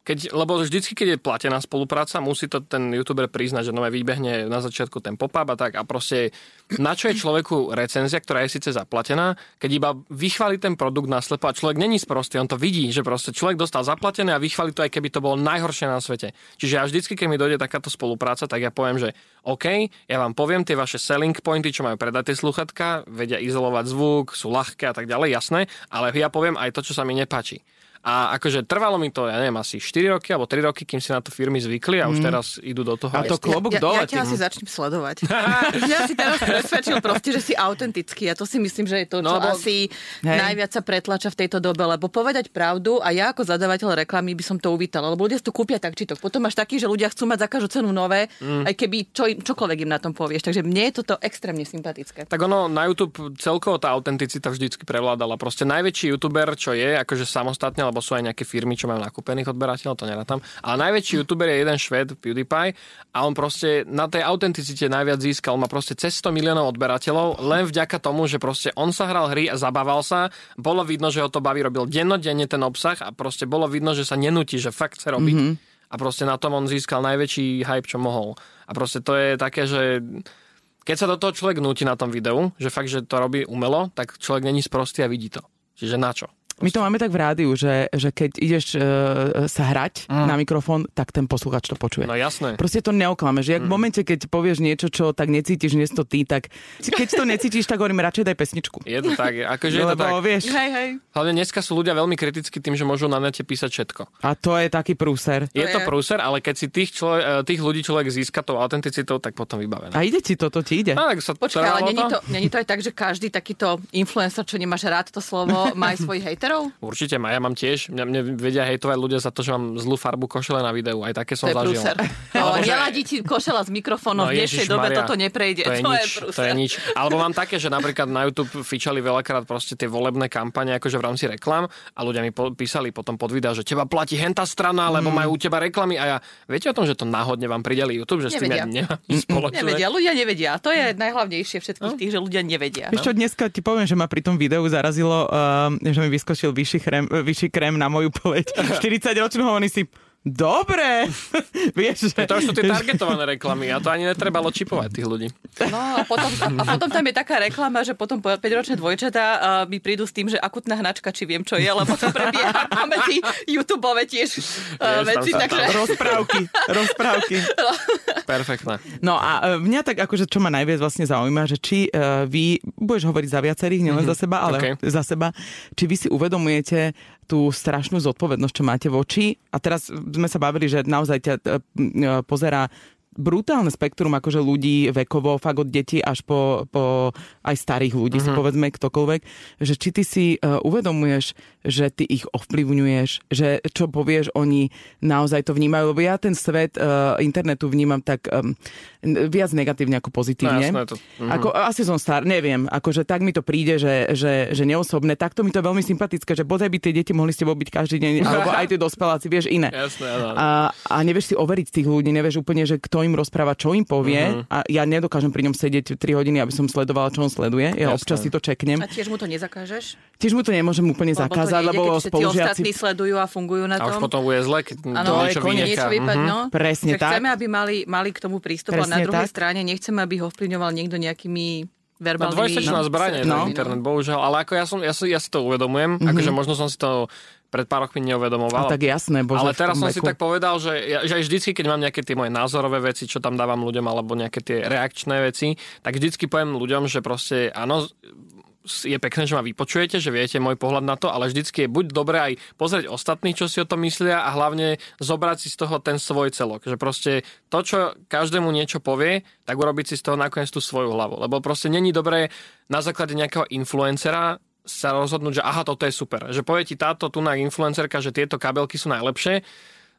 D: Keď, lebo vždycky, keď je platená spolupráca, musí to ten youtuber priznať, že nové vybehne na začiatku ten pop-up a tak. A proste, na čo je človeku recenzia, ktorá je síce zaplatená, keď iba vychváli ten produkt naslepo a človek není sprostý, on to vidí, že proste človek dostal zaplatené a vychváli to, aj keby to bolo najhoršie na svete. Čiže ja vždycky, keď mi dojde takáto spolupráca, tak ja poviem, že OK, ja vám poviem tie vaše selling pointy, čo majú predať tie sluchatka, vedia izolovať zvuk, sú ľahké a tak ďalej, jasné, ale ja poviem aj to, čo sa mi nepáči. A akože trvalo mi to, ja neviem, asi 4 roky alebo 3 roky, kým si na to firmy zvykli a už teraz idú do toho.
B: A to klobúk
E: Mm. ja,
B: dole.
E: ja ťa
D: hm.
E: asi začnem sledovať. Mňa si teraz presvedčil proste, že si autentický. Ja to si myslím, že je to, čo no,
D: No, lebo-
E: asi
B: Hej.
E: hej. najviac sa pretlača v tejto dobe. Lebo povedať pravdu a ja ako zadavateľ reklamy by som to uvítala. Lebo ľudia si to kúpia tak či tak. Potom máš taký, že ľudia chcú mať za každú cenu nové, mm. aj keby čo im, čokoľvek im na tom povieš. Takže mne je toto extrémne sympatické.
D: Tak ono, na YouTube celkovo tá autenticita vždycky prevládala. Proste najväčší YouTuber, čo je, akože samostatne, lebo sú aj nejaké firmy, čo majú nakúpených odberateľov, to nerátam. Ale najväčší YouTuber je jeden šved, PewDiePie, a on proste na tej autenticite najviac získal. Má proste cez 100 miliónov odberateľov, len vďaka tomu, že proste on sa hral hry a zabával sa. Bolo vidno, že ho to baví, robil dennodenne ten obsah a proste bolo vidno, že sa nenutí, že fakt chce robiť. Mm-hmm. A proste na tom on získal najväčší hype, čo mohol. A proste to je také, že keď sa do toho človek nutí na tom videu, že fakt, že to robí umelo, tak človek není sprostý a vidí to. Čiže na čo?
B: My to máme tak v rádiu, že, že keď ideš uh, sa hrať mm. na mikrofón, tak ten posluchač to počuje.
D: Mhm. No Mhm. jasné.
B: Proste to neoklame, že jak v momente, keď povieš niečo, čo tak necítiš, nie si to ty, tak keď to necítiš, tak hovorím, radšej daj pesničku.
D: Je to tak, akože je to
B: Lebo
D: tak.
B: No, vieš,
E: Hej, hej.
D: Hlavne dneska sú ľudia veľmi kritickí tým, že môžu na nete písať všetko.
B: a to je taký prúser.
D: Je to
E: je-
D: prúser, ale keď si tých, člo- e, tých ľudí človek získa tou autenticitou, tak potom vybavené.
B: A ide ti to, to ti ide.
D: No, tak sa
E: Počkaj, ale
D: trvalo
E: není to, není to aj tak, že každý takýto influencer, čo nemáš rád to slovo, má aj svojich hejterov?
D: Určite ma, ja mám tiež. Mňa, mne vedia hejtovať ľudia za to, že mám zlú farbu košele na videu. Aj také
E: To
D: som
E: je
D: zažil.
E: prúser.
D: Alebo
E: Ale
D: že-
E: neladí ti košela s
D: No
E: mikrofónom, v dnešnej dobe
D: Ježišmaria,
E: toto neprejde.
D: To je, nič, to
E: prúser.
D: je nič. Alebo mám také, že napríklad na YouTube fičali veľakrát proste tie volebné kampane akože v rámci reklám a ľudia mi po- písali potom pod videa, že teba platí henta strana, lebo
E: Mm.
D: majú u teba reklamy a ja viete o tom, že to náhodne vám prideli YouTube, že s tým ja
E: Nevedia.
D: nemám nič spoločné.
E: Nevedia, ľudia nevedia. To je najhlavnejšie
D: No.
E: všetkých tých, že ľudia nevedia.
B: Vieš čo, dneska ti poviem, že ma pri tom videu zarazilo, ehm, že mi vyskočil vyšší krém, vyšší krém na moju pleť. 40 ročného, oni si, dobre, vieš, že...
D: To už sú tie targetované reklamy a to ani netrebalo čipovať tých ľudí.
E: No, a, potom, a potom tam je taká reklama, že potom po- 5-ročné dvojčatá uh, mi prídu s tým, že akutná hnačka, či viem, čo je, lebo to prebieha pomedzi YouTube-ove tiež uh,
D: Vieš, tam
E: veci,
D: sa-
E: takže...
B: Rozprávky, rozprávky.
D: Perfektné.
B: No a e, mňa tak akože, čo ma najviac vlastne zaujíma, že či e, vy, budeš hovoriť za viacerých,
D: Mhm.
B: nielen za seba, ale
D: Okay.
B: za seba, či vy si uvedomujete tú strašnú zodpovednosť, čo máte voči. A teraz sme sa bavili, že naozaj ťa e, m, e, pozerá brutálne spektrum akože ľudí vekovo, fakt od detí až po, po aj starých ľudí,
D: Mhm.
B: si povedzme ktokoľvek, že či ty si e, uvedomuješ, že ty ich ovplyvňuješ, že čo povieš, oni naozaj to vnímajú, lebo ja ten svet e, internetu vnímam tak um, viac negatívne ako pozitívne.
D: No jasné, to- mhm.
B: Ako, asi som star, neviem, akože tak mi to príde, že, že, že neosobné, takto mi to je veľmi sympatické, že bodaj by tie deti mohli s tebou byť každý deň, alebo aj tie dospeláci, vieš, iné.
D: Jasné, áno.
B: A, a nevieš si overiť tých ľudí, nevieš úplne, že kto im rozpráva, čo im povie
D: Mhm.
B: a ja nedokážem pri ňom sedieť 3 hodiny, aby som sledovala, čo on sleduje. Ja
D: Jasné.
B: občas si to čeknem.
E: A tiež mu to nezakážeš?
B: Tiež mu to nemôžem úplne
E: Lebo to
B: zakázať,
E: nejde,
B: lebo
E: keď všetci ostatní
B: spolužiaci...
E: sledujú a fungujú na
D: A už
E: tom.
D: potom bude zle, E, keď
E: Áno,
D: to
E: to
D: niečo
B: je koniec.
E: niečo
D: vynechá.
E: vypad,
D: Mhm.
E: no.
B: Presne
E: že
B: tak.
E: Chceme, aby mali, mali k tomu prístup, a na
B: Presne
E: druhej
B: tak.
E: strane nechceme, aby ho vplyvňoval niekto nejakými
D: No
E: verbálnymi...
D: dvojsečná zbraň je no.
B: No. Mhm.
D: internet, bohužiaľ. Ale ako ja, som, ja, si, ja si to uvedomujem, mm-hmm. akože možno som si to pred pár rokmi
B: A
D: neuvedomoval.
B: tak jasné, bože,
D: ale
B: v
D: teraz
B: tom
D: som si
B: veku.
D: tak povedal, že, ja, že aj vždycky, keď mám nejaké tie moje názorové veci, čo tam dávam ľuďom, alebo nejaké tie reakčné veci, tak vždycky poviem ľuďom, že proste áno, s- je pekné, že ma vypočujete, že viete môj pohľad na to, ale vždycky je buď dobré aj pozrieť ostatní, čo si o tom myslia a hlavne zobrať si z toho ten svoj celok. Že proste to, čo každému niečo povie, tak urobiť si z toho nakoniec tú svoju hlavu. Lebo proste není dobré na základe nejakého influencera sa rozhodnúť, že aha, toto je super. Že povie ti táto tuná influencerka, že tieto kabelky sú najlepšie,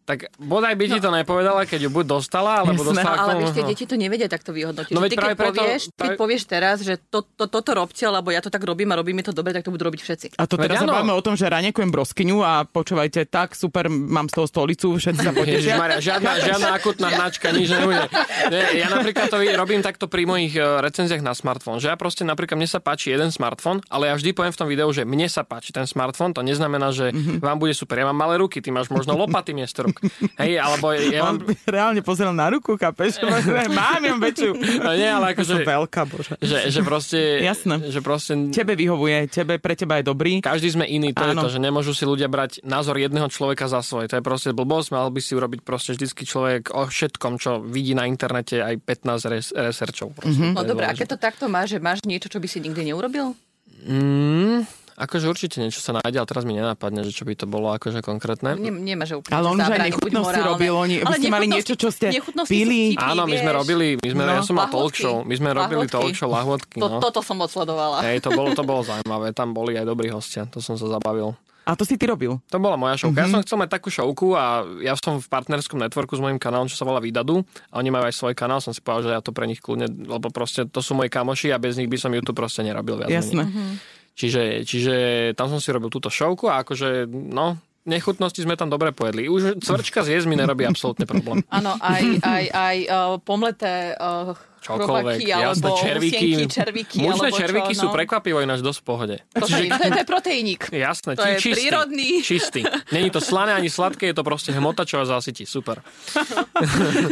D: tak bodaj by ti to nepovedala, keď ju buď dostala, alebo
B: Jasné.
D: dostala k
E: Ale
D: tomu-
E: vieš, tie
D: no.
E: deti to nevedia takto vyhodnotiť. No,
D: No veď
E: ty, keď
D: práve preto-
E: povieš, ty
D: práve-
E: povieš teraz, že to, to, toto robte, lebo ja to tak robím a robím mi to dobre, tak to budú robiť všetci.
B: A to
D: Veď
B: teraz sa
D: áno.
B: bavíme o tom, že ranekujem broskyňu a počúvajte, tak super, mám z toho stolicu, všetci sa potešia.
D: Ježišmaria, žiadna, žiadna akutná hnačka, nič nebude. Nie, Ja napríklad to robím takto pri mojich eh, recenziách na smartfón, že ja proste napríklad mne sa páči jeden smartfón, ale ja vždy poviem v tom videu, že mne sa páči ten smartfón, to neznamená, že
B: Mhm.
D: vám bude super. Ja mám malé ruky, ty máš možno lopaty miesto ruk. Hej, alebo ja
B: On
D: mám...
B: by reálne pozrel na ruku, kapeš, mám, ja mám väčšiu.
D: Nie, ale
B: Som
D: akože...
B: veľká, bože.
D: Že, že proste...
B: Jasné.
D: Že proste...
B: Tebe vyhovuje, tebe, pre teba je dobrý.
D: Každý sme iný, to je
B: Áno.
D: to, že nemôžu si ľudia brať názor jedného človeka za svoje. To je proste blbosť, mal by si urobiť proste vždycky človek o všetkom, čo vidí na internete aj 15 res- researchov. Mm-hmm.
E: No dobré, a keď to takto máš, že máš niečo, čo by si nikdy neurobil?
D: Mm, akože určite niečo sa nájde, ale teraz mi nenapadne, že čo by to bolo akože konkrétne.
E: Nie, nemáš že úplne
B: Ale on už aj
E: zábrany, buď
B: nechutnosti
E: morálne.
B: robil, oni, vy
E: Ale
B: ste mali
E: nechutnosti-
B: niečo, čo ste
E: nechutnosti sú
B: pili.
E: vtipné,
D: Áno, my sme
E: vieš.
D: robili, my sme,
B: No.
D: ja som mal talk
E: Lahôdky.
D: show, my sme robili
E: Lahôdky.
D: talk show lahvodky.
E: To,
D: No.
E: toto som odsledovala.
D: Hej, to bolo, to bolo zaujímavé, tam boli aj dobrí hostia, to som sa zabavil.
B: A to si ty robil.
D: To bola moja šovka. Mm-hmm. Ja som chcel mať takú šovku a ja som v partnerskom networku s mojím kanálom, čo sa volá Vydadu a oni majú aj svoj kanál, som si povedal, že ja to pre nich kľudne, lebo proste to sú moji kamoši a bez nich by som YouTube proste nerobil viac. menej.
B: Jasné.
E: Mhm.
D: Čiže, čiže tam som si robil túto šovku a akože, no, nechutnosti sme tam dobre pojedli. Už cvrčka z jezmi nerobí absolútne problém.
E: Áno, aj, aj, aj uh, pomleté uh,
D: Čokoľvek,
E: chropaky, alebo
D: jasné, červíky.
E: husienky, červíky,
D: Mučné
E: alebo
D: červíky
E: čo,
D: sú
E: no.
D: prekvapivo ináč dosť v pohode.
E: To, sa- to, je, to je proteínik.
D: Jasné,
E: To
D: či-
E: je
D: čistý,
E: prírodný.
D: čistý. Není to slané ani sladké, je to proste hmota, čo vás zasytí. Super.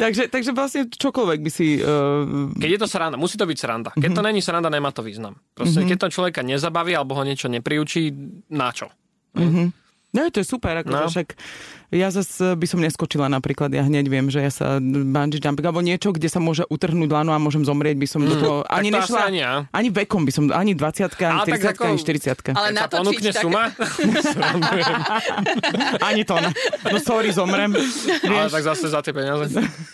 B: takže, takže vlastne čokoľvek by si... Uh,
D: Keď je to sranda, musí to byť sranda. Keď to není sranda, nemá to význam. Proste, keď to človeka nezabaví alebo ho niečo nepriučí, na čo?
B: No to je super, akože
D: No.
B: no. však ja zase by som neskočila napríklad, ja hneď viem, že ja sa bungee jumping alebo niečo, kde sa môže utrhnúť lano a môžem zomrieť, by som do toho ani
D: Mm. to asi
B: nešla,
D: ani ja.
B: ani vekom by som, ani 20 ani
D: Ale tak
B: 30
D: ako-
B: ani 40
E: Ale
D: Keď sa
E: natočiť
D: ponúkne
E: tak-
D: suma,
B: Ani to ne. No sorry, zomrem.
D: ale
B: Vieš,
D: tak zase za tie peniaze.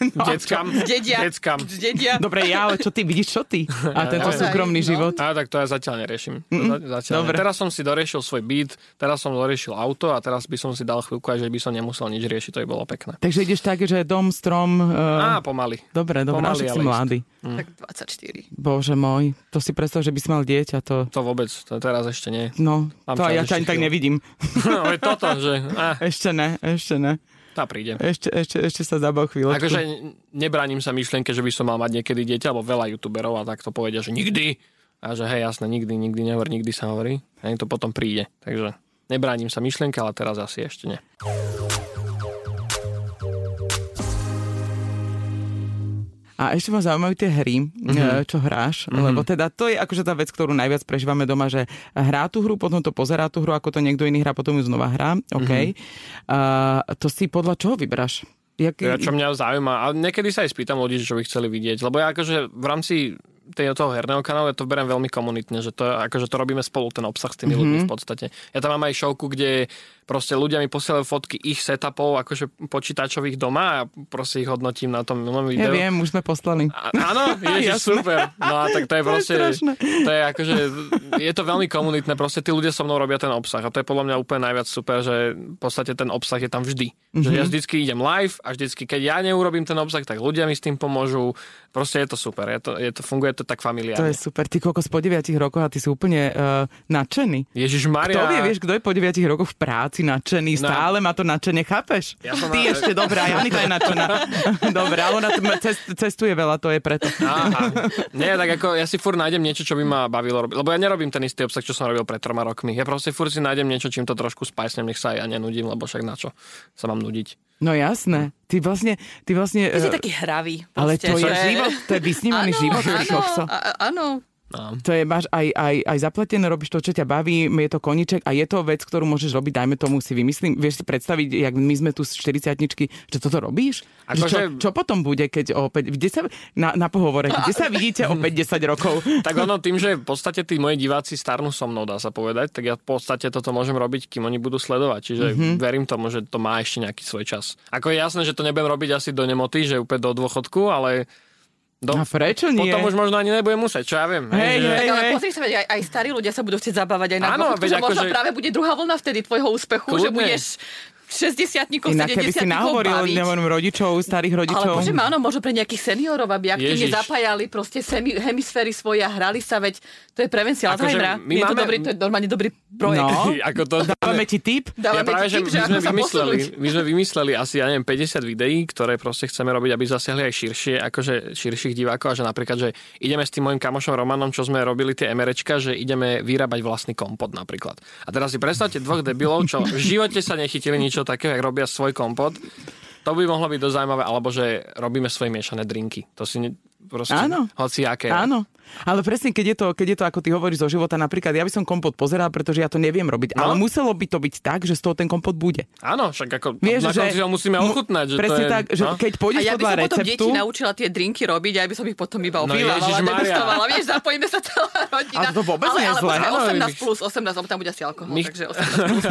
D: Deckam.
E: Dedia.
D: Deckam.
E: Dedia.
B: Dobre, ja, ale čo ty, vidíš, čo ty? A tento
E: Ozaj,
B: súkromný
E: no.
B: život.
D: A tak to ja zatiaľ neriešim. To za- Zatiaľ
B: Dobre.
D: Ne. Teraz som si doriešil svoj byt, teraz som doriešil auto a teraz by som si dal chvíľku, aj že by som nemusel nič riešiť, to by bolo pekné.
B: Takže ideš tak, že dom, strom...
D: Á,
B: Uh,
D: pomaly.
B: dobre, dobre,
D: pomaly,
B: až
D: ale
B: si
D: isto.
B: mladý.
E: Mm. Tak 24.
B: Bože môj, to si predstav, že by si mal dieťa, to...
D: To vôbec, to teraz ešte nie.
B: No,
D: Mám
B: to
D: čas
B: ja
D: ešte
B: ťa ani tak
D: chvíľu.
B: nevidím.
D: No, je toto, že... Á,
B: Ešte ne, ešte ne.
D: tá príde.
B: Ešte, ešte, ešte sa zabav chvíľočku.
D: Akože nebránim sa myšlienke, že by som mal mať niekedy dieťa, alebo veľa youtuberov a tak to povedia, že nikdy. A že hej, jasné, nikdy, nikdy nehovor, nikdy sa hovorí. A to potom príde. Takže nebránim sa myšlienke, ale teraz asi ešte nie.
B: A ešte ma zaujímajú tie hry,
D: Mhm.
B: mm-hmm. čo hráš, mm-hmm. lebo teda to je akože tá vec, ktorú najviac prežívame doma, že hrá tú hru, potom to pozerá tú hru, ako to niekto iný hrá, potom ju znova hrá,
D: Mhm.
B: OK. Mm-hmm. A to si podľa čoho vyberáš? Jak...
D: Ja, Teda, čo mňa zaujíma. A niekedy sa aj spýtam ľudí, že čo by chceli vidieť. Lebo ja akože v rámci tej, toho herného kanálu ja to berem veľmi komunitne, že to, je- akože to robíme spolu, ten obsah s tými
B: Mhm.
D: mm-hmm. ľuďmi v podstate. Ja tam mám aj šovku, kde proste ľudia mi posielajú fotky ich setupov, akože počítačových doma a proste ich hodnotím na tom minulom
B: ja
D: videu.
B: viem, už sme poslali.
D: A- Áno, je
B: Jasné.
D: super. No a tak to
B: To
D: je
B: je
D: proste,
B: strašné.
D: to je akože, je to veľmi komunitné, proste tí ľudia so mnou robia ten obsah a to je podľa mňa úplne najviac super, že v podstate ten obsah je tam vždy.
B: Mhm.
D: Že ja vždycky idem live a vždycky, keď ja neurobím ten obsah, tak ľudia mi s tým pomôžu. Proste je to super, je to, je to funguje to tak
B: To je
D: familiárne.
B: super, ty kokos po 9 rokoch a ty si úplne uh, nadšený.
D: Ježiš
B: Kto
D: Maria.
B: vie, vieš, kto je po 9 rokoch v práci nadšený,
D: No.
B: stále má to nadšenie, chápeš?
D: Ja som
B: Ty
D: na-
B: ešte dobrá, Janita je nadšená. Dobre, ale ona tm- cest- cestuje veľa, to je preto.
D: Aha. Nie, tak ako ja si fur nájdem niečo, čo by ma bavilo robiť. Lebo ja nerobím ten istý obsah, čo som robil pred troma rokmi. Ja proste fur si nájdem niečo, čím to trošku spajsnem, nech sa aj ja nenudím, lebo však na čo sa mám nudiť.
B: No jasné, ty vlastne... Ty vlastne
E: Ty si
B: eh,
E: taký hravý.
B: Ale
E: proste,
B: to je
E: že-
B: život, to je vysnívaný
E: Áno,
B: život.
E: áno,
B: kokso.
E: a- a- Áno,
D: No.
B: To je, máš aj, aj, aj zaplatené, robíš to, čo ťa baví, je to koniček a je to vec, ktorú môžeš robiť, dajme tomu si vymyslím. Vieš si predstaviť, jak my sme tu z 40 že toto robíš? Že
D: Akože-
B: čo, čo, potom bude, keď opäť, kde sa, na, na pohovore, kde sa vidíte opäť 10 rokov?
D: Tak ono, tým, že v podstate tí moji diváci starnú so mnou, dá sa povedať, tak ja v podstate toto môžem robiť, kým oni budú sledovať. Čiže
B: Mhm.
D: mm-hmm. verím tomu, že to má ešte nejaký svoj čas. Ako je jasné, že to nebudem robiť asi do nemoty, že úplne do dôchodku, ale... Do...
B: A prečo nie?
D: Potom už možno ani nebudem musieť, čo ja viem.
B: Hej,
D: že...
B: hej.
E: Tak ale pozri sa, veď aj, aj starí ľudia sa budú chcieť zabávať aj na
D: Áno,
E: dôchodku,
D: veď
E: že možno
D: akože-
E: práve bude druhá vlna vtedy tvojho úspechu, že
D: Kľudne.
E: budeš 60-tníkov,
B: Inak keby si
E: 70-tníkov
B: nahovoril
E: baviť.
B: neviem, rodičov, starých
E: Ale
B: rodičov.
E: bože, áno, možno pre nejakých seniorov, aby aktívne
D: Ježiš.
E: zapájali proste semi, hemisféry svoje a hrali sa, veď to je prevencia
D: Akože
E: Alzheimera.
D: my
E: je to
D: máme-
E: dobrý, to je normálne dobrý projekt.
B: No.
D: Ako to...
B: Dávame ti tip?
D: Ja
E: Dávame
D: práve,
E: ti
D: že
E: tip,
D: my
E: že ako
D: sme,
E: sa
D: vymysleli,
E: posunúť.
D: my sme vymysleli asi, ja neviem, 50 videí, ktoré proste chceme robiť, aby zasiahli aj širšie, akože širších divákov a že napríklad, že ideme s tým mojim kamošom Romanom, čo sme robili tie emerečka, že ideme vyrábať vlastný kompot napríklad. A teraz si predstavte dvoch debilov, čo v živote sa nechytili ničo takého, jak robia svoj kompot. To by mohlo byť dosť zaujímavé, alebo že robíme svoje miešané drinky. To si ne, proste,
B: Áno.
D: hoci aké.
B: Áno, ale presne, keď je, to, keď je to, ako ty hovoríš zo života, napríklad ja by som kompot pozeral, pretože ja to neviem robiť,
D: No.
B: ale muselo by to byť tak, že z toho ten kompot bude.
D: Áno, však ako
B: Vieš,
D: na
B: že...
D: konci ho musíme
B: mu-
D: ochutnať. Že
B: presne
D: to je,
B: tak, že
D: no.
B: keď pôjdeš
E: A ja by
B: podľa
E: som potom
B: receptu...
E: deti naučila tie drinky robiť, ja by som ich potom iba
D: No
E: opívala,
D: Ježišmaria.
E: degustovala, vieš, zapojíme sa celá rodina.
B: Ale to vôbec
E: ale,
B: nie je
E: ale
B: zlé.
E: počkaj,
D: Áno,
E: 18 plus, 18, lebo tam bude asi alkohol,
D: My-
E: takže 18 plus.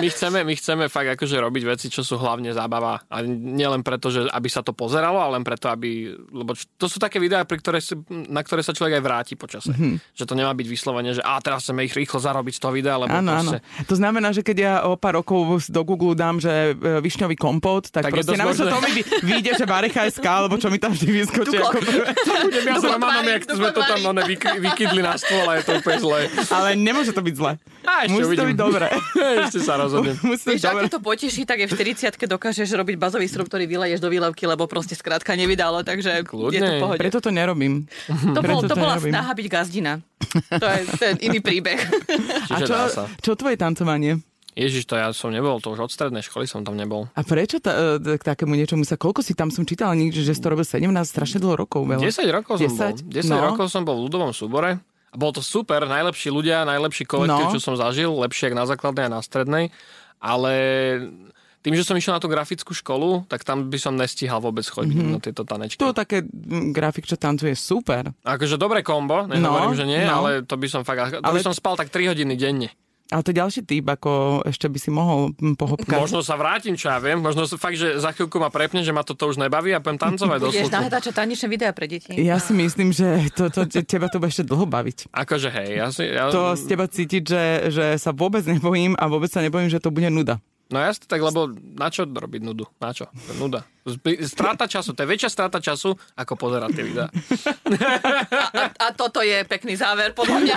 D: my, chceme, my chceme fakt akože robiť veci, čo sú hlavne zábava. A nielen preto, že aby sa to pozeralo, ale len preto, aby... Lebo č- to sú také videá, pri ktoré si, na ktoré sa človek aj vráti počase.
B: Mhm.
D: Mm-hmm. Že to nemá byť vyslovene, že a teraz chceme ich rýchlo zarobiť z toho videa, lebo
B: Áno, áno.
D: proste,
B: To znamená, že keď ja o pár rokov do Google dám, že e, višňový kompot, tak,
D: Tak je
B: proste
D: dosť
B: namiesto
D: možné.
B: toho mi vy- vyjde, že varecha SK, alebo čo mi tam vždy vyskočí. Ako prvé.
D: Budem ja s
E: Duplo
D: Romanom,
E: tvári,
D: jak sme
E: duplo
D: to tam
E: tvári.
D: one, vyk- vykydli na stôl a je to úplne zlé.
B: Ale nemôže to byť zle.
D: A ešte
B: Musí to
D: uvidím.
B: byť dobré.
D: Ešte sa rozhodnem.
B: Musí to byť
E: Vieš,
B: dobré.
E: ako to poteší, tak je v 40 dokážeš robiť bazový strop, ktorý vyleješ do výlevky, lebo proste skrátka nevydalo, takže
D: Kľudne.
E: je to v pohode.
B: Preto to nerobím.
E: to, bol,
B: preto
E: to
B: to
E: bola
B: nerobím.
E: snaha byť gazdina. To je ten iný príbeh.
B: A
D: Čiže
B: čo,
D: dá sa.
B: čo tvoje tancovanie?
D: Ježiš, to ja som nebol, to už od strednej školy som tam nebol.
B: A prečo ta, e, k takému niečomu sa, koľko si tam som čítala niekde, že si to robil 17, strašne dlho rokov. Veľa.
D: 10 rokov som
B: 10?
D: bol. 10
B: No.
D: rokov som bol v ľudovom súbore. A bol to super, najlepší ľudia, najlepší kolektív,
B: No.
D: čo som zažil, lepšie ako na základnej a na strednej. Ale tým, že som išiel na tú grafickú školu, tak tam by som nestíhal vôbec chodiť mm-hmm. na tieto tanečky.
B: Mhm. To také mm, grafik, čo tancuje, super.
D: Akože dobré kombo, nehovorím,
B: No,
D: že nie,
B: no.
D: ale to by som fakt... To ale...
B: Ale-
D: by som spal tak 3 hodiny denne.
B: Ale to je ďalší typ, ako ešte by si mohol mm, pohopkať.
D: Možno sa vrátim, čo ja viem. Možno sa fakt, že za chvíľku ma prepne, že ma toto už nebaví a budem tancovať do
E: Budeš
D: sluchu.
E: nahrávať tanečné videá pre deti.
B: Ja si myslím, že to, to, te- teba to bude ešte dlho baviť.
D: Akože hej, ja si... Ja...
B: To z teba cítiť, že, že sa vôbec nebojím a vôbec sa nebojím, že to bude nuda.
D: No jasne, tak lebo na čo robiť nudu? Na čo? Nuda. Zby- Strata času, to je väčšia strata času, ako pozerať tie videá.
E: A toto je pekný záver, podľa mňa.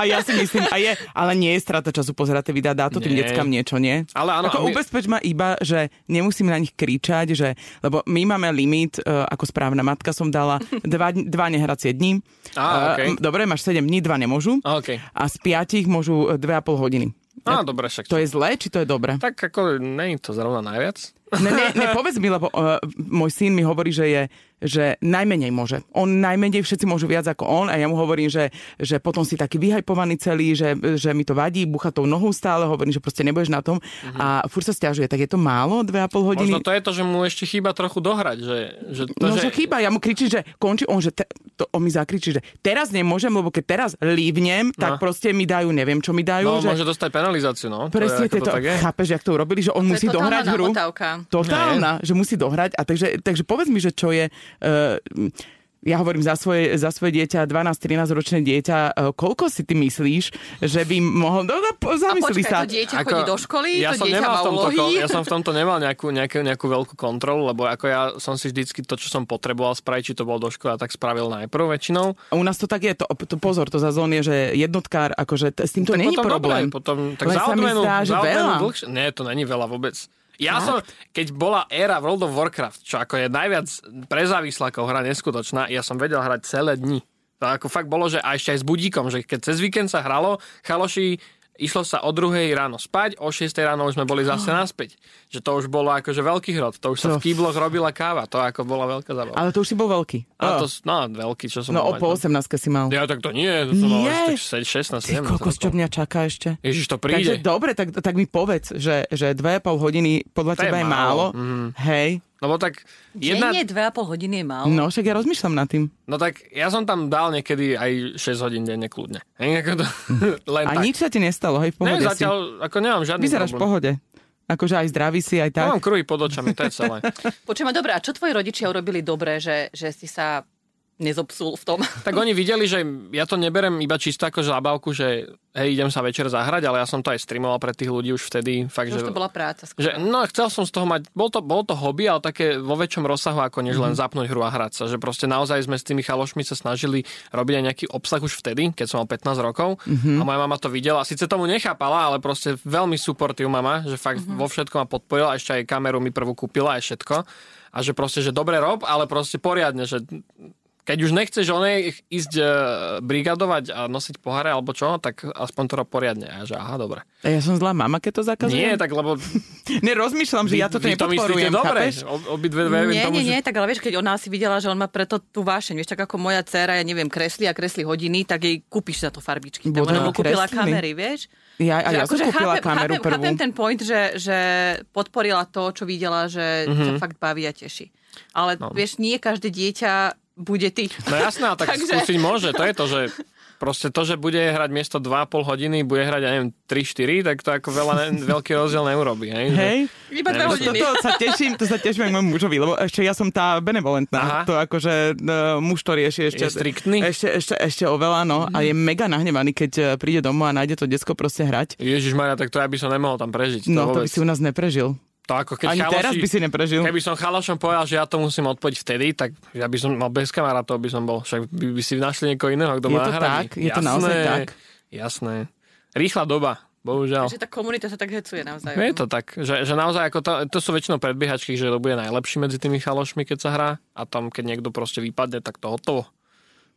B: A ja si myslím, a je, ale nie je strata času pozerať tie videá, dá to tým
D: Nie.
B: deckám niečo, nie?
D: Ale áno, a
B: Ako
D: my-
B: ubezpeč ma iba, že nemusím na nich kričať, že, lebo my máme limit, e, ako správna matka som dala, dva, dni- dva nehracie dní.
D: Á,
B: E,
D: okej.
B: m- Dobre, máš 7 dní, dva nemôžu.
D: A okej.
B: A z piatich môžu e, dve a pol hodiny.
D: Á, No, dobre, však.
B: To je zlé, či to je dobré?
D: Tak ako, nie je to zrovna najviac.
B: Ne, ne, ne, povedz mi, lebo uh, môj syn mi hovorí, že je že najmenej môže. On najmenej, všetci môžu viac ako on a ja mu hovorím, že, že potom si taký vyhajpovaný celý, že, že mi to vadí, bucha tou nohou stále, hovorím, že proste nebudeš na tom a fur sa stiažuje. Tak je to málo, dve a pol hodiny?
D: Mhm. Možno to je to, že mu ešte chýba trochu dohrať, že, že to,
B: No,
D: že...
B: že chýba, ja mu kričím, že končí, on, že te, to, on mi zakričí, že teraz nemôžem, lebo keď teraz lívnem, tak
D: No.
B: proste mi dajú, neviem, čo mi dajú.
D: No,
B: že
D: môže dostať penalizáciu, no.
B: presne
D: to je, ako
B: tieto,
D: to tak je.
B: chápeš, jak to urobili, že on
E: To je
B: musí
E: totálna
B: dohrať hru.
E: namotávka.
B: Totálna, že musí dohrať. A takže, takže povedz mi, že čo je... Uh, ja hovorím za svoje, za svoje dieťa, 12-13 ročné dieťa, uh, koľko si ty myslíš, že by mohol... No, no, po-
E: A
B: zamysli
E: počkaj,
B: sa.
E: to dieťa chodí do školy,
D: ja
E: to
D: som
E: dieťa
D: nemal
E: má
D: v tomto,
E: úlohy.
D: kon- Ja som v tomto nemal nejakú, nejakú, nejakú veľkú kontrolu, lebo ako ja som si vždycky to, čo som potreboval spraviť, či to bolo do školy, ja tak spravil najprv väčšinou.
B: A U nás to tak je, to, to pozor, to za zón je, že jednotkár, akože t- s týmto
D: tak
B: není
D: potom
B: problém.
D: Dobre, potom, tak
B: Len
D: za
B: sa mi
D: odmenu,
B: zdá, že
D: za odmenu
B: veľa.
D: Dlhšie, nie, to není veľa vôbec. Ja som, keď bola éra World of Warcraft, čo ako je najviac pre závislákov hra neskutočná, ja som vedel hrať celé dni. To ako fakt bolo, že a ešte aj s budíkom, že keď cez víkend sa hralo, chaloši Išlo sa o druhej ráno spať, o 6 ráno už sme boli zase naspäť. Že to už bolo akože veľký hrot, to už sa
B: Oh. To-
D: v kýbloch robila káva, to ako bola veľká zábava.
B: Ale to už si bol veľký.
D: A to, s- no, veľký, čo som
B: no o
D: mal mať,
B: po 18 si mal.
D: Ja tak to nie, to som mal
B: Nie.
D: až tak se- 16,
B: Ty
D: 17.
B: kokos, čo
D: rokov.
B: mňa čaká ešte.
D: Ježiš, to
B: Takže
D: príde.
B: dobre, tak, tak mi povedz, že, že 2,5 hodiny podľa
D: To je
B: teba je
D: málo. Mhm.
B: málo. Hej,
D: Lebo tak jedna,
E: Jedna... Denne 2,5 hodiny je málo.
B: no však ja rozmýšľam nad tým.
D: no tak ja som tam dal niekedy aj 6 hodín denne kľudne. Hej, ako to,
E: Hm.
D: len
B: A
D: tak.
B: nič sa ti nestalo, hej, v
D: ne,
B: pohode
D: zatiaľ, ako nemám
B: si.
D: žiadny
B: Vyzeráš v
D: problém.
B: pohode. Akože aj zdravý si, aj tak.
D: Ja mám kruhy pod očami, to je celé.
E: Počujem, a dobre, a čo tvoji rodičia urobili dobre, že, že si sa nezobsul v tom?
D: tak oni videli, že ja to neberem iba čisto ako zábavku, že hej, idem sa večer zahrať, ale ja som to aj streamoval pre tých ľudí už vtedy. Fakt,
E: Že už to bola práca. skôr.
D: Že, no, chcel som z toho mať, bol to, bol to hobby, ale také vo väčšom rozsahu, ako než len zapnúť hru a hrať sa. Že proste naozaj sme s tými chalošmi sa snažili robiť aj nejaký obsah už vtedy, keď som mal 15 rokov a moja mama to videla. Sice tomu nechápala, ale proste veľmi supportív mama, že fakt vo všetkom ma podporila, ešte aj kameru mi prvú kúpila aj všetko. A že proste, že dobre rob, ale proste poriadne, že keď už nechceš onej ísť e, brigadovať a nosiť poháre alebo čo, tak aspoň to rob poriadne. A ja, že aha, dobre.
B: A ja som zlá mama, keď to zakazujem.
D: Nie, tak lebo
B: Ne, rozmýšľam, že ja toto
D: vy to myslíte
B: nepodporujem,
D: dobre.
B: chápeš?
D: O- Obidve dve
E: Nie,
D: tomu,
E: nie,
D: že...
E: nie, tak ale vieš, keď ona si videla, že on má preto tú vášeň, vieš, tak ako moja dcéra, ja neviem, kreslí a kreslí hodiny, tak jej kúpiš za to farbičky.
B: Bo to
E: Tam, lebo
B: má
E: kúpila
B: kresliny.
E: kamery, vieš?
B: Ja, a
E: Že
B: ja som
E: akože
B: kúpila kameru
E: chápem,
B: prvú.
E: Chápem ten point, že, že podporila to, čo videla, že mm-hmm.
B: Mhm.
E: ťa fakt baví a teší. Ale no. vieš, nie každé dieťa bude ty.
D: No jasná, tak
E: Takže-
D: skúsiť môže. To je to, že proste to, že bude hrať miesto 2,5 hodiny, bude hrať, ja neviem, 3-4, tak to ako veľa, ne, veľký rozdiel neurobí. Hej? Že-
B: Hej,
E: Iba dve
D: Neviem,
B: to,
E: hodiny.
B: to sa teším, to sa teším aj môjmu mužovi, lebo ešte ja som tá benevolentná.
D: Aha.
B: To akože uh, muž to rieši ešte.
D: Je striktný?
B: Ešte, ešte, ešte oveľa, no.
E: Mhm.
B: A je mega nahnevaný, keď eh, príde domov a nájde to decko proste hrať.
D: Ježiš tak to ja by som nemohol tam prežiť.
B: No, to
D: to,
B: by
D: vôbec.
B: si u nás neprežil.
D: to ako keď
B: Ani
D: chaloši...
B: teraz by si neprežil.
D: Keby som chalašom povedal, že ja to musím odpojiť vtedy, tak ja by som mal bez kamarátov by som bol. Však by, by si našli niekoho iného, kto
B: Je
D: ma
B: to
D: nahradí.
B: tak? Je to naozaj tak?
D: Jasné. Rýchla doba, bohužiaľ.
E: Že tá komunita sa tak hecuje naozaj.
D: No Je to tak, že, že naozaj ako to, to sú väčšinou predbiehačky, že to bude najlepší medzi tými chalošmi, keď sa hrá a tam keď niekto proste vypadne, tak to hotovo.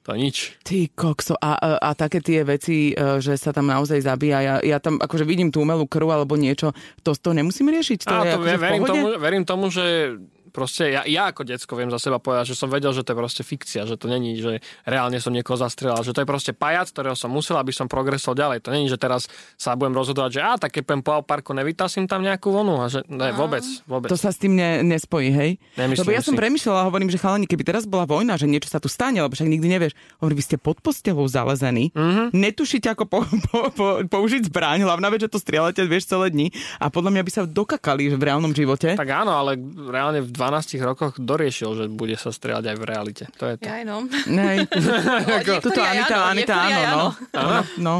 D: To nič.
B: Ty kokso, a, a, a také tie veci, e, že sa tam naozaj zabíja, ja, ja tam akože vidím tú umelú krv alebo niečo, to, to nemusím riešiť, to
D: Á,
B: je
D: to
B: akože
D: ja
B: v
D: verím,
B: pohode.
D: tomu, verím tomu, že proste ja, ja ako decko viem za seba povedať, že som vedel, že to je proste fikcia, že to není, že reálne som niekoho zastrelal, že to je proste pajac, ktorého som musel, aby som progresol ďalej. To není, že teraz sa budem rozhodovať, že a tak keď pôjdem po parku, nevytasím tam nejakú vonu a že ne, vôbec, vôbec.
B: To sa s tým ne, nespojí, hej?
D: Nemyslím
B: lebo ja som
D: si.
B: premyšľala, hovorím, že chalani, keby teraz bola vojna, že niečo sa tu stane, lebo však nikdy nevieš. Hovorím, vy ste pod postelou zalezení,
D: Mhm.
B: mm-hmm. netušíte, ako po, po, po, použiť zbraň, hlavná vec, že to strieľate, vieš, celé dni a podľa mňa by sa dokakali v reálnom živote.
D: Tak áno, ale reálne v 12 rokoch doriešil, že bude sa strieľať aj v realite. To je to.
E: Ja, no.
B: Hej.
E: Niektorí
B: Tuto
E: aj
B: Anita,
E: áno,
B: Anita, áno,
E: niektorí aj
B: no.
E: áno.
B: Ona, no,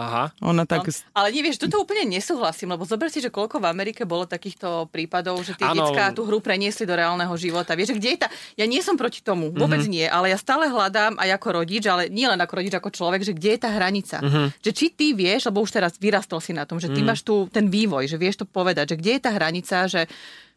D: Aha.
B: ona tak...
E: No, ale nevieš, toto úplne nesúhlasím, lebo zober si, že koľko v Amerike bolo takýchto prípadov, že tie
D: Áno.
E: detská tú hru preniesli do reálneho života. Vieš, že kde je tá... Ja nie som proti
D: Mhm.
E: tomu, vôbec mm-hmm. nie, ale ja stále hľadám aj ako rodič, ale nie len ako rodič, ako človek, že kde je tá hranica. Mm-hmm.
D: Mhm.
E: Že či ty vieš, lebo už teraz vyrastol si na tom, že ty mm-hmm. máš tu ten vývoj, že vieš to povedať, že kde je tá hranica, že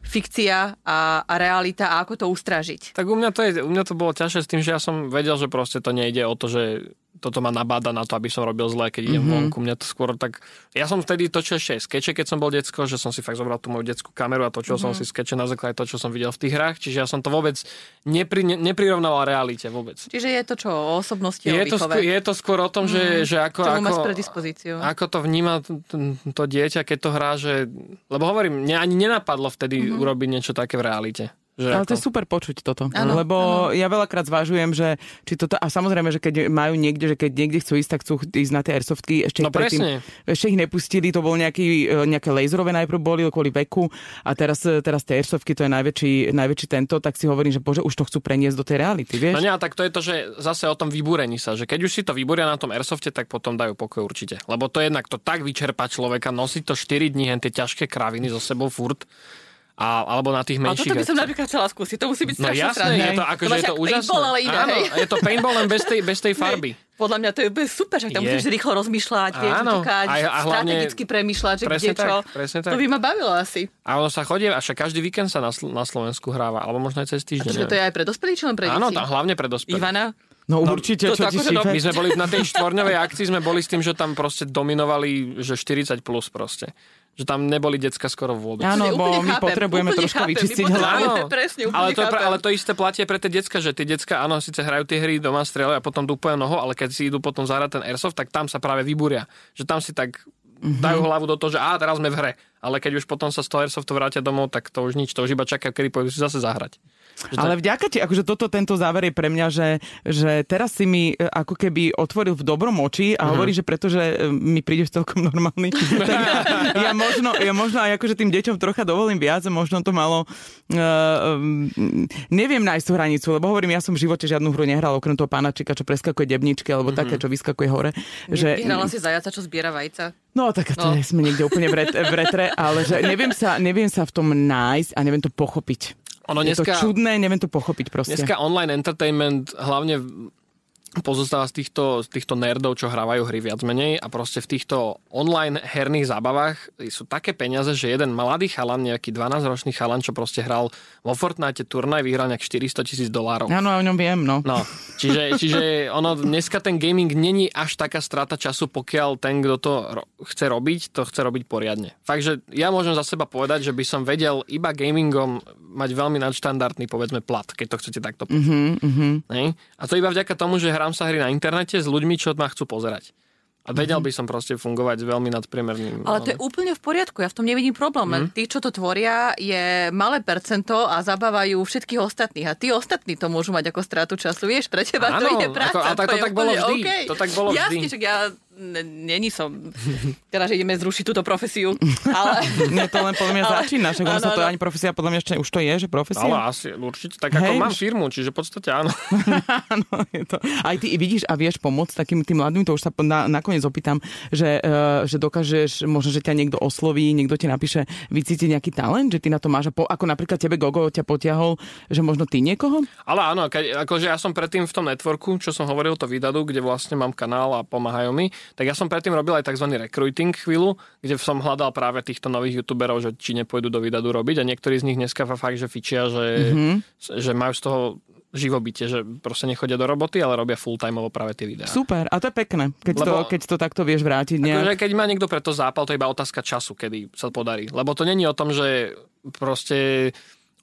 E: fikcia a, a realita a ako to ustražiť.
D: Tak u mňa, to je, u mňa to bolo ťažšie s tým, že ja som vedel, že proste to nejde o to, že toto ma nabáda na to, aby som robil zle, keď
E: Mhm.
D: idem mm-hmm. vonku. Mňa to skôr tak... Ja som vtedy točil ešte aj skeče, keď som bol decko, že som si fakt zobral tú moju detskú kameru a točil
E: Mhm.
D: mm-hmm. som si skeče na základe toho, čo som videl v tých hrách. Čiže ja som to vôbec nepri, ne, neprirovnával realite vôbec.
E: Čiže je to čo o osobnosti,
D: Je
E: o
D: to,
E: výchove.
D: skôr, je to skôr o tom, že, že ako,
E: Čomu
D: ako,
E: Mhm. máš predispozíciu.
D: ako to vníma t- t- to dieťa, keď to hrá, že... Lebo hovorím, mne ani nenapadlo vtedy
E: Mhm.
D: mm-hmm. urobiť niečo také v realite. Že
B: Ale
D: ako...
B: to je super počuť toto, ano,
E: Áno,
B: lebo ano. ja veľakrát zvážujem, že či toto, a samozrejme, že keď majú niekde, že keď niekde chcú ísť, tak chcú ísť na tie airsoftky, ešte, ich
D: No
B: predtým,
D: presne.
B: ešte ich nepustili, to bol nejaký, e, nejaké laserové najprv boli kvôli veku a teraz, e, teraz tie airsoftky, to je najväčší, najväčší tento, tak si hovorím, že bože, už to chcú preniesť do tej reality, vieš?
D: No nie, ale tak to je to, že zase o tom vybúrení sa, že keď už si to vybúria na tom airsofte, tak potom dajú pokoj určite. Lebo to jednak to tak vyčerpa človeka, nosiť to 4 dní, hen tie ťažké kraviny so sebou furt, a, alebo na tých
E: A toto
D: menších...
E: by som napríklad chcela skúsiť, to musí byť
D: No
E: strašne
D: jasné,
E: sranda.
D: je to,
B: Hej.
D: akože
E: Lebo
D: je to
E: však
D: úžasné.
E: paintball, ale iné,
D: Áno,
E: hej.
D: je to paintball len bez tej, bez tej farby.
E: Podľa mňa to je úplne super, že tam
D: Je.
E: musíš rýchlo rozmýšľať, vieš,
D: Áno.
E: utekať,
D: A- a hlavne-
E: strategicky premýšľať, že
D: Presne
E: kde
D: tak,
E: čo.
D: presne tak.
E: To by ma bavilo asi.
D: A ono sa chodí, a však každý víkend sa na, Sl- na Slovensku hráva, alebo možno aj
E: A
D: cez týždeň.
E: to, že to je aj pre dospelých, či len pre
D: Áno,
E: deti?
D: tam hlavne pre dospelých.
E: Ivana,
B: No, určite,
D: to,
B: čo
D: to,
B: ti
D: akože
B: šípe.
D: no, my sme boli na tej štvorňovej akcii, sme boli s tým, že tam proste dominovali, že 40 plus proste. Že tam neboli decka skoro vôbec.
B: Áno,
E: Úplne-
B: bo
E: úplne
B: my
E: chápem,
B: potrebujeme
E: úplne
B: troška
E: chápem, my
B: vyčistiť
E: potrebujeme-
B: hlavu.
D: Áno,
E: presne, úplne
D: ale, to, je pre-
E: chápem.
D: ale to isté platie pre tie decka, že tie decka, áno, síce hrajú tie hry doma, strieľajú a potom dupujú noho, ale keď si idú potom zahrať ten airsoft, tak tam sa práve vybúria. Že tam si tak
B: Mhm.
D: dajú hlavu do toho, že á, teraz sme v hre. Ale keď už potom sa z toho airsoftu vrátia domov, tak to už nič, to už iba čakajú, kedy pôjdu si zase zahrať. Že to-
B: Ale vďaka ti, akože toto, tento záver je pre mňa, že, že teraz si mi e, ako keby otvoril v dobrom oči
D: Mhm.
B: a hovorí, že pretože e, mi prídeš celkom normálny, tak ja možno, ja možno aj akože tým deťom trocha dovolím viac, a možno to malo, uh, um, neviem nájsť tú hranicu, lebo hovorím, ja som v živote žiadnu hru nehral, okrem toho pánačika, čo preskakuje debničky,
D: Mhm.
B: alebo také, čo vyskakuje hore. Že,
E: Vyhrala si zajaca, čo zbiera vajca.
B: No tak to
E: No.
B: no. sme niekde úplne v, ret, v retre, ale že neviem sa, neviem sa v tom nájsť a neviem to pochopiť.
D: Ono
B: je to
D: dneska-
B: čudné, neviem to pochopiť proste.
D: Dneska online entertainment hlavne pozostáva z týchto, z týchto nerdov, čo hrávajú hry viac menej a proste v týchto online herných zábavách sú také peniaze, že jeden mladý chalan, nejaký 12-ročný chalan, čo proste hral vo Fortnite turnaj, vyhral nejak 400 tisíc dolárov.
B: Áno, o ňom viem, no.
D: No, čiže, čiže ono, dneska ten gaming není až taká strata času, pokiaľ ten, kto to ro- chce robiť, to chce robiť poriadne. Fakt, že ja môžem za seba povedať, že by som vedel iba gamingom mať veľmi nadštandardný, povedzme, plat, keď to chcete takto povedať. Mm-hmm. A to iba vďaka tomu, že hrám sa hry na internete s ľuďmi, čo ma chcú pozerať. A vedel by som proste fungovať s veľmi nadpriemerným.
E: Ale to je úplne v poriadku, ja v tom nevidím problém. Len
D: Mhm.
E: tí, čo to tvoria, je malé percento a zabávajú všetkých ostatných. A tí ostatní to môžu mať ako stratu času. Vieš, pre teba to
D: Áno,
E: je práca.
D: ako- a tak
E: to,
D: to
E: je
D: tak bolo
E: úplne
D: vždy,
E: OK.
D: to tak bolo
E: Jasne,
D: vždy.
E: však ja n- není som... Teraz, že ideme zrušiť túto profesiu. Ale...
B: Nie, no to len podľa mňa
E: Ale-
B: začína, však ono
E: áno,
B: sa to
E: áno.
B: ani profesia, podľa mňa ešte už to je, že profesia.
D: Ale asi určite, tak ako
B: Hej,
D: mám
B: už-
D: firmu, čiže v podstate áno.
B: Áno, je to. Aj ty vidíš a vieš pomôcť takým tým mladým, to už sa po- na, nakoniec opýtam, že, uh, že dokážeš, možno, že ťa niekto osloví, niekto ti napíše, vycíti nejaký talent, že ty na to máš, a po, ako napríklad tebe Gogo ťa potiahol, že možno ty niekoho?
D: Ale áno, keď, akože ja som predtým v tom networku, čo som hovoril, to vydadu, kde vlastne mám kanál a pomáhajú mi, tak ja som predtým robil aj tzv. recruiting chvíľu, kde som hľadal práve týchto nových youtuberov, že či nepôjdu do vydadu robiť a niektorí z nich dneska fa- fakt, že fičia, že, mm-hmm. že majú z toho živobytie, že proste nechodia do roboty, ale robia full-timeovo práve tie videá.
B: Super, a to je pekné, keď,
D: Lebo-
B: to, keď to takto vieš vrátiť nejak.
D: Akože keď má niekto preto zápal, to je iba otázka času, kedy sa podarí. Lebo to není o tom, že proste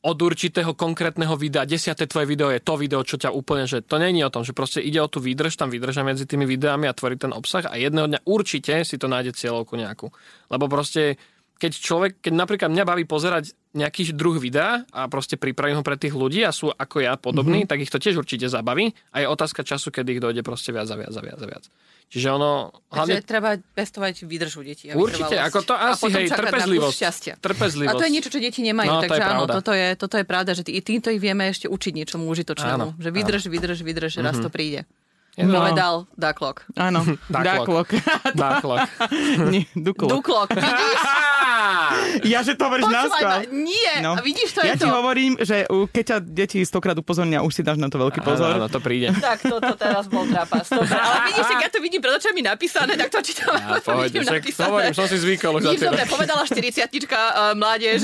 D: od určitého konkrétneho videa, desiate tvoje video je to video, čo ťa úplne, že to není o tom, že proste ide o tú výdrž, tam výdrža medzi tými videami a tvorí ten obsah a jedného dňa určite si to nájde cieľovku nejakú. Lebo proste keď človek, keď napríklad mňa baví pozerať nejaký druh videa a proste pripravím ho pre tých ľudí a sú ako ja podobní, mm-hmm. tak ich to tiež určite zabaví a je otázka času, kedy ich dojde proste viac a viac a viac a viac. Čiže ono... hlavne
E: Takže treba pestovať výdržu detí. a
D: Určite,
E: vytrvalosť.
D: ako to
E: A
D: asi,
E: potom
D: hej,
E: čakať na kus
D: trpezlivosť.
E: šťastia.
D: Trpezlivosť.
E: A to je niečo, čo deti nemajú,
D: No, to
E: takže
D: je
E: áno,
D: pravda.
E: toto je, toto je pravda, že tý- i týmto ich vieme ešte učiť niečomu
D: Áno,
E: užitočnému. že vydrž, vydrž, vydrž, že raz to príde.
B: No.
E: Povedal Ducklok.
B: Áno, Ducklok.
D: Ducklok. Náklad.
B: Nie, Duklok.
E: Duklok, vidíš?
B: Ja, že to hovoríš na
E: Počúvaj ma,
B: skvál.
E: nie, no. a vidíš, to
B: ja
E: je
B: ti
E: to.
B: hovorím, že uh, keď ťa deti stokrát upozornia, už si dáš na to veľký pozor.
D: Áno, áno, to príde.
E: Tak toto teraz bol trapas. Dobre, ale vidíš, tak ja to vidím pred očami napísané, tak to čítam,
D: A
E: ja, to
D: pohode,
E: vidím
D: No, však
E: napísané.
D: hovorím, som si zvykol už za
E: Nič
D: tie
E: dobre,
D: roky.
E: povedala 40-tička uh, mládež.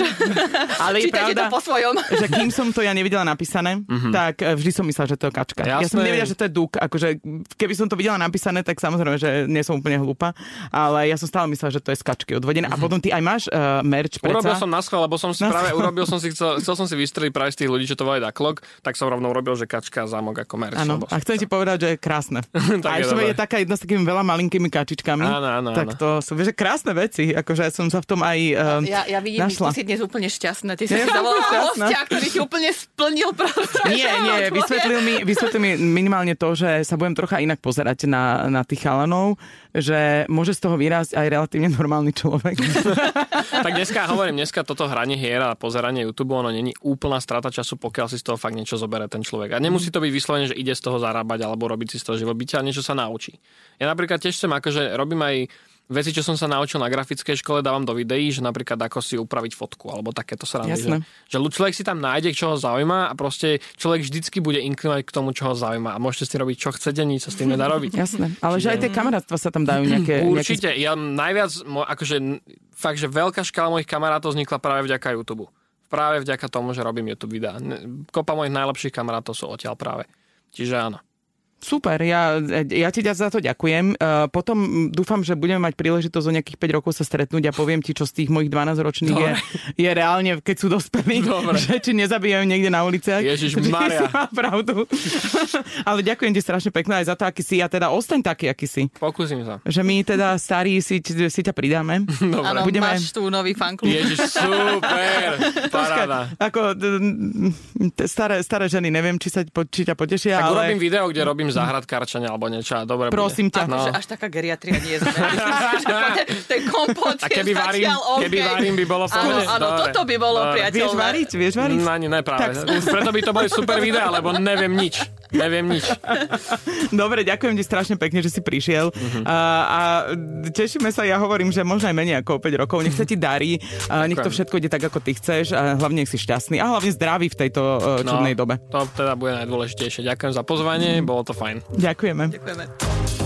B: Ale je
E: Čítajte to
B: pravda,
E: po svojom.
B: že kým som to ja nevidela napísané, tak eh, vždy som myslela, že to je kačka. Ja som
D: Mhm. Jasné.
B: nevedela, že to je duk. Akože, keby som to videla napísané, tak samozrejme, že nie som úplne hlúpa, ale ja som stále myslela, že to je z kačky odvodené. A potom ty aj máš uh, merch,
D: Mhm. Urobil
B: preca?
D: som na schvál, lebo som si
B: Na
D: práve
B: schvál.
D: urobil som si, chcel, chcel som si vystreliť práve z tých ľudí, čo to volajú Ducklog, tak som rovno urobil, že kačka, zámok ako merch.
B: Áno,
D: lebo
B: a chcem ti povedať, že je krásne.
D: Tak
B: a
D: je
B: ešte
D: dobre.
B: je taká jedna s takými veľa malinkými kačičkami.
D: Áno, áno, áno.
B: Tak to sú, vieš, že krásne veci. Akože ja som sa v tom aj um,
E: Ja, ja vidím,
B: našla.
E: ty si dnes úplne šťastná. Ty si
B: Ja
E: si
B: som
E: zavolala
B: šťastná.
E: hostia, ktorý ti úplne splnil proste.
B: Nie,
E: čo
B: nie,
E: mám
B: vysvetlil mi, vysvetlil mi minimálne to, že sa budem trocha inak pozerať na, na tých chalanov, že môže z toho vyrásť aj relatívne normálny človek.
D: Tak dneska hovorím, dneska toto hranie hier a pozeranie YouTube, ono není úplná strata času, pokiaľ si z toho fakt niečo zoberie ten človek. A nemusí to byť vyslovene, že ide z toho zarábať alebo robiť si z toho živobytia, ale niečo sa naučí. Ja napríklad tiež chcem, akože robím aj veci, čo som sa naučil na grafickej škole, dávam do videí, že napríklad ako si upraviť fotku alebo takéto sa
B: Jasné.
D: že, že ľud- človek si tam nájde, čo ho zaujíma a proste človek vždycky bude inklinovať k tomu, čo ho zaujíma a môžete si robiť, čo chcete, nič sa s tým nedá robiť.
B: Jasné, ale že aj tie kamarátstva sa tam dajú nejaké... nejaké...
D: Určite, ja najviac, mo- akože n- fakt, že veľká škála mojich kamarátov vznikla práve vďaka YouTube. Práve vďaka tomu, že robím YouTube videá. N- Kopa mojich najlepších kamarátov sú odtiaľ práve. Čiže áno.
B: Super, ja, ja ti za to ďakujem. Uh, potom dúfam, že budeme mať príležitosť o nejakých 5 rokov sa stretnúť a poviem ti, čo z tých mojich 12-ročných je, je reálne, keď sú dospelí,
D: Dobre.
B: že či nezabijajú niekde na uliciach.
D: Ježiš
B: Takže si
D: Maria.
B: mal pravdu. Ale ďakujem ti strašne pekne aj za to, aký si. A teda ostaň taký, aký si.
D: Pokúsim sa.
B: Že my teda starí si, si ťa pridáme.
D: Dobre.
E: Áno,
B: Budeme-
E: máš tu nový fanklub.
D: Ježiš, super. Paráda.
B: Ako d- m, t- staré, staré ženy, neviem, či, sa, po- či ťa potešia,
D: Tak
B: ale...
D: urobím video, kde robím záhradkárčania alebo niečo. a Dobre
B: Prosím ťa.
D: bude. No.
E: Akože až taká geriatria nie sme. Ten kompot
D: A
E: je
D: keby varím,
E: zatiaľ OK.
D: keby varím, by bolo v
E: Áno,
D: pohode.
E: áno,
D: Dobre.
E: toto by bolo
D: Dobre.
E: priateľné.
B: Vieš variť, vieš variť?
D: No ani ne, práve.
B: Tak-
D: Preto by to boli super videá, lebo neviem nič. Neviem nič.
B: Dobre, ďakujem ti strašne pekne, že si prišiel.
D: Mhm.
B: A, a tešíme sa, ja hovorím, že možno aj menej ako o 5 rokov. Nech sa ti darí, a nech to všetko ide tak, ako ty chceš a hlavne nech si šťastný a hlavne zdravý v tejto uh,
D: No.
B: čudnej dobe.
D: To teda bude najdôležitejšie. Ďakujem za pozvanie, bolo to fajn.
B: Ďakujeme.
E: Ďakujeme.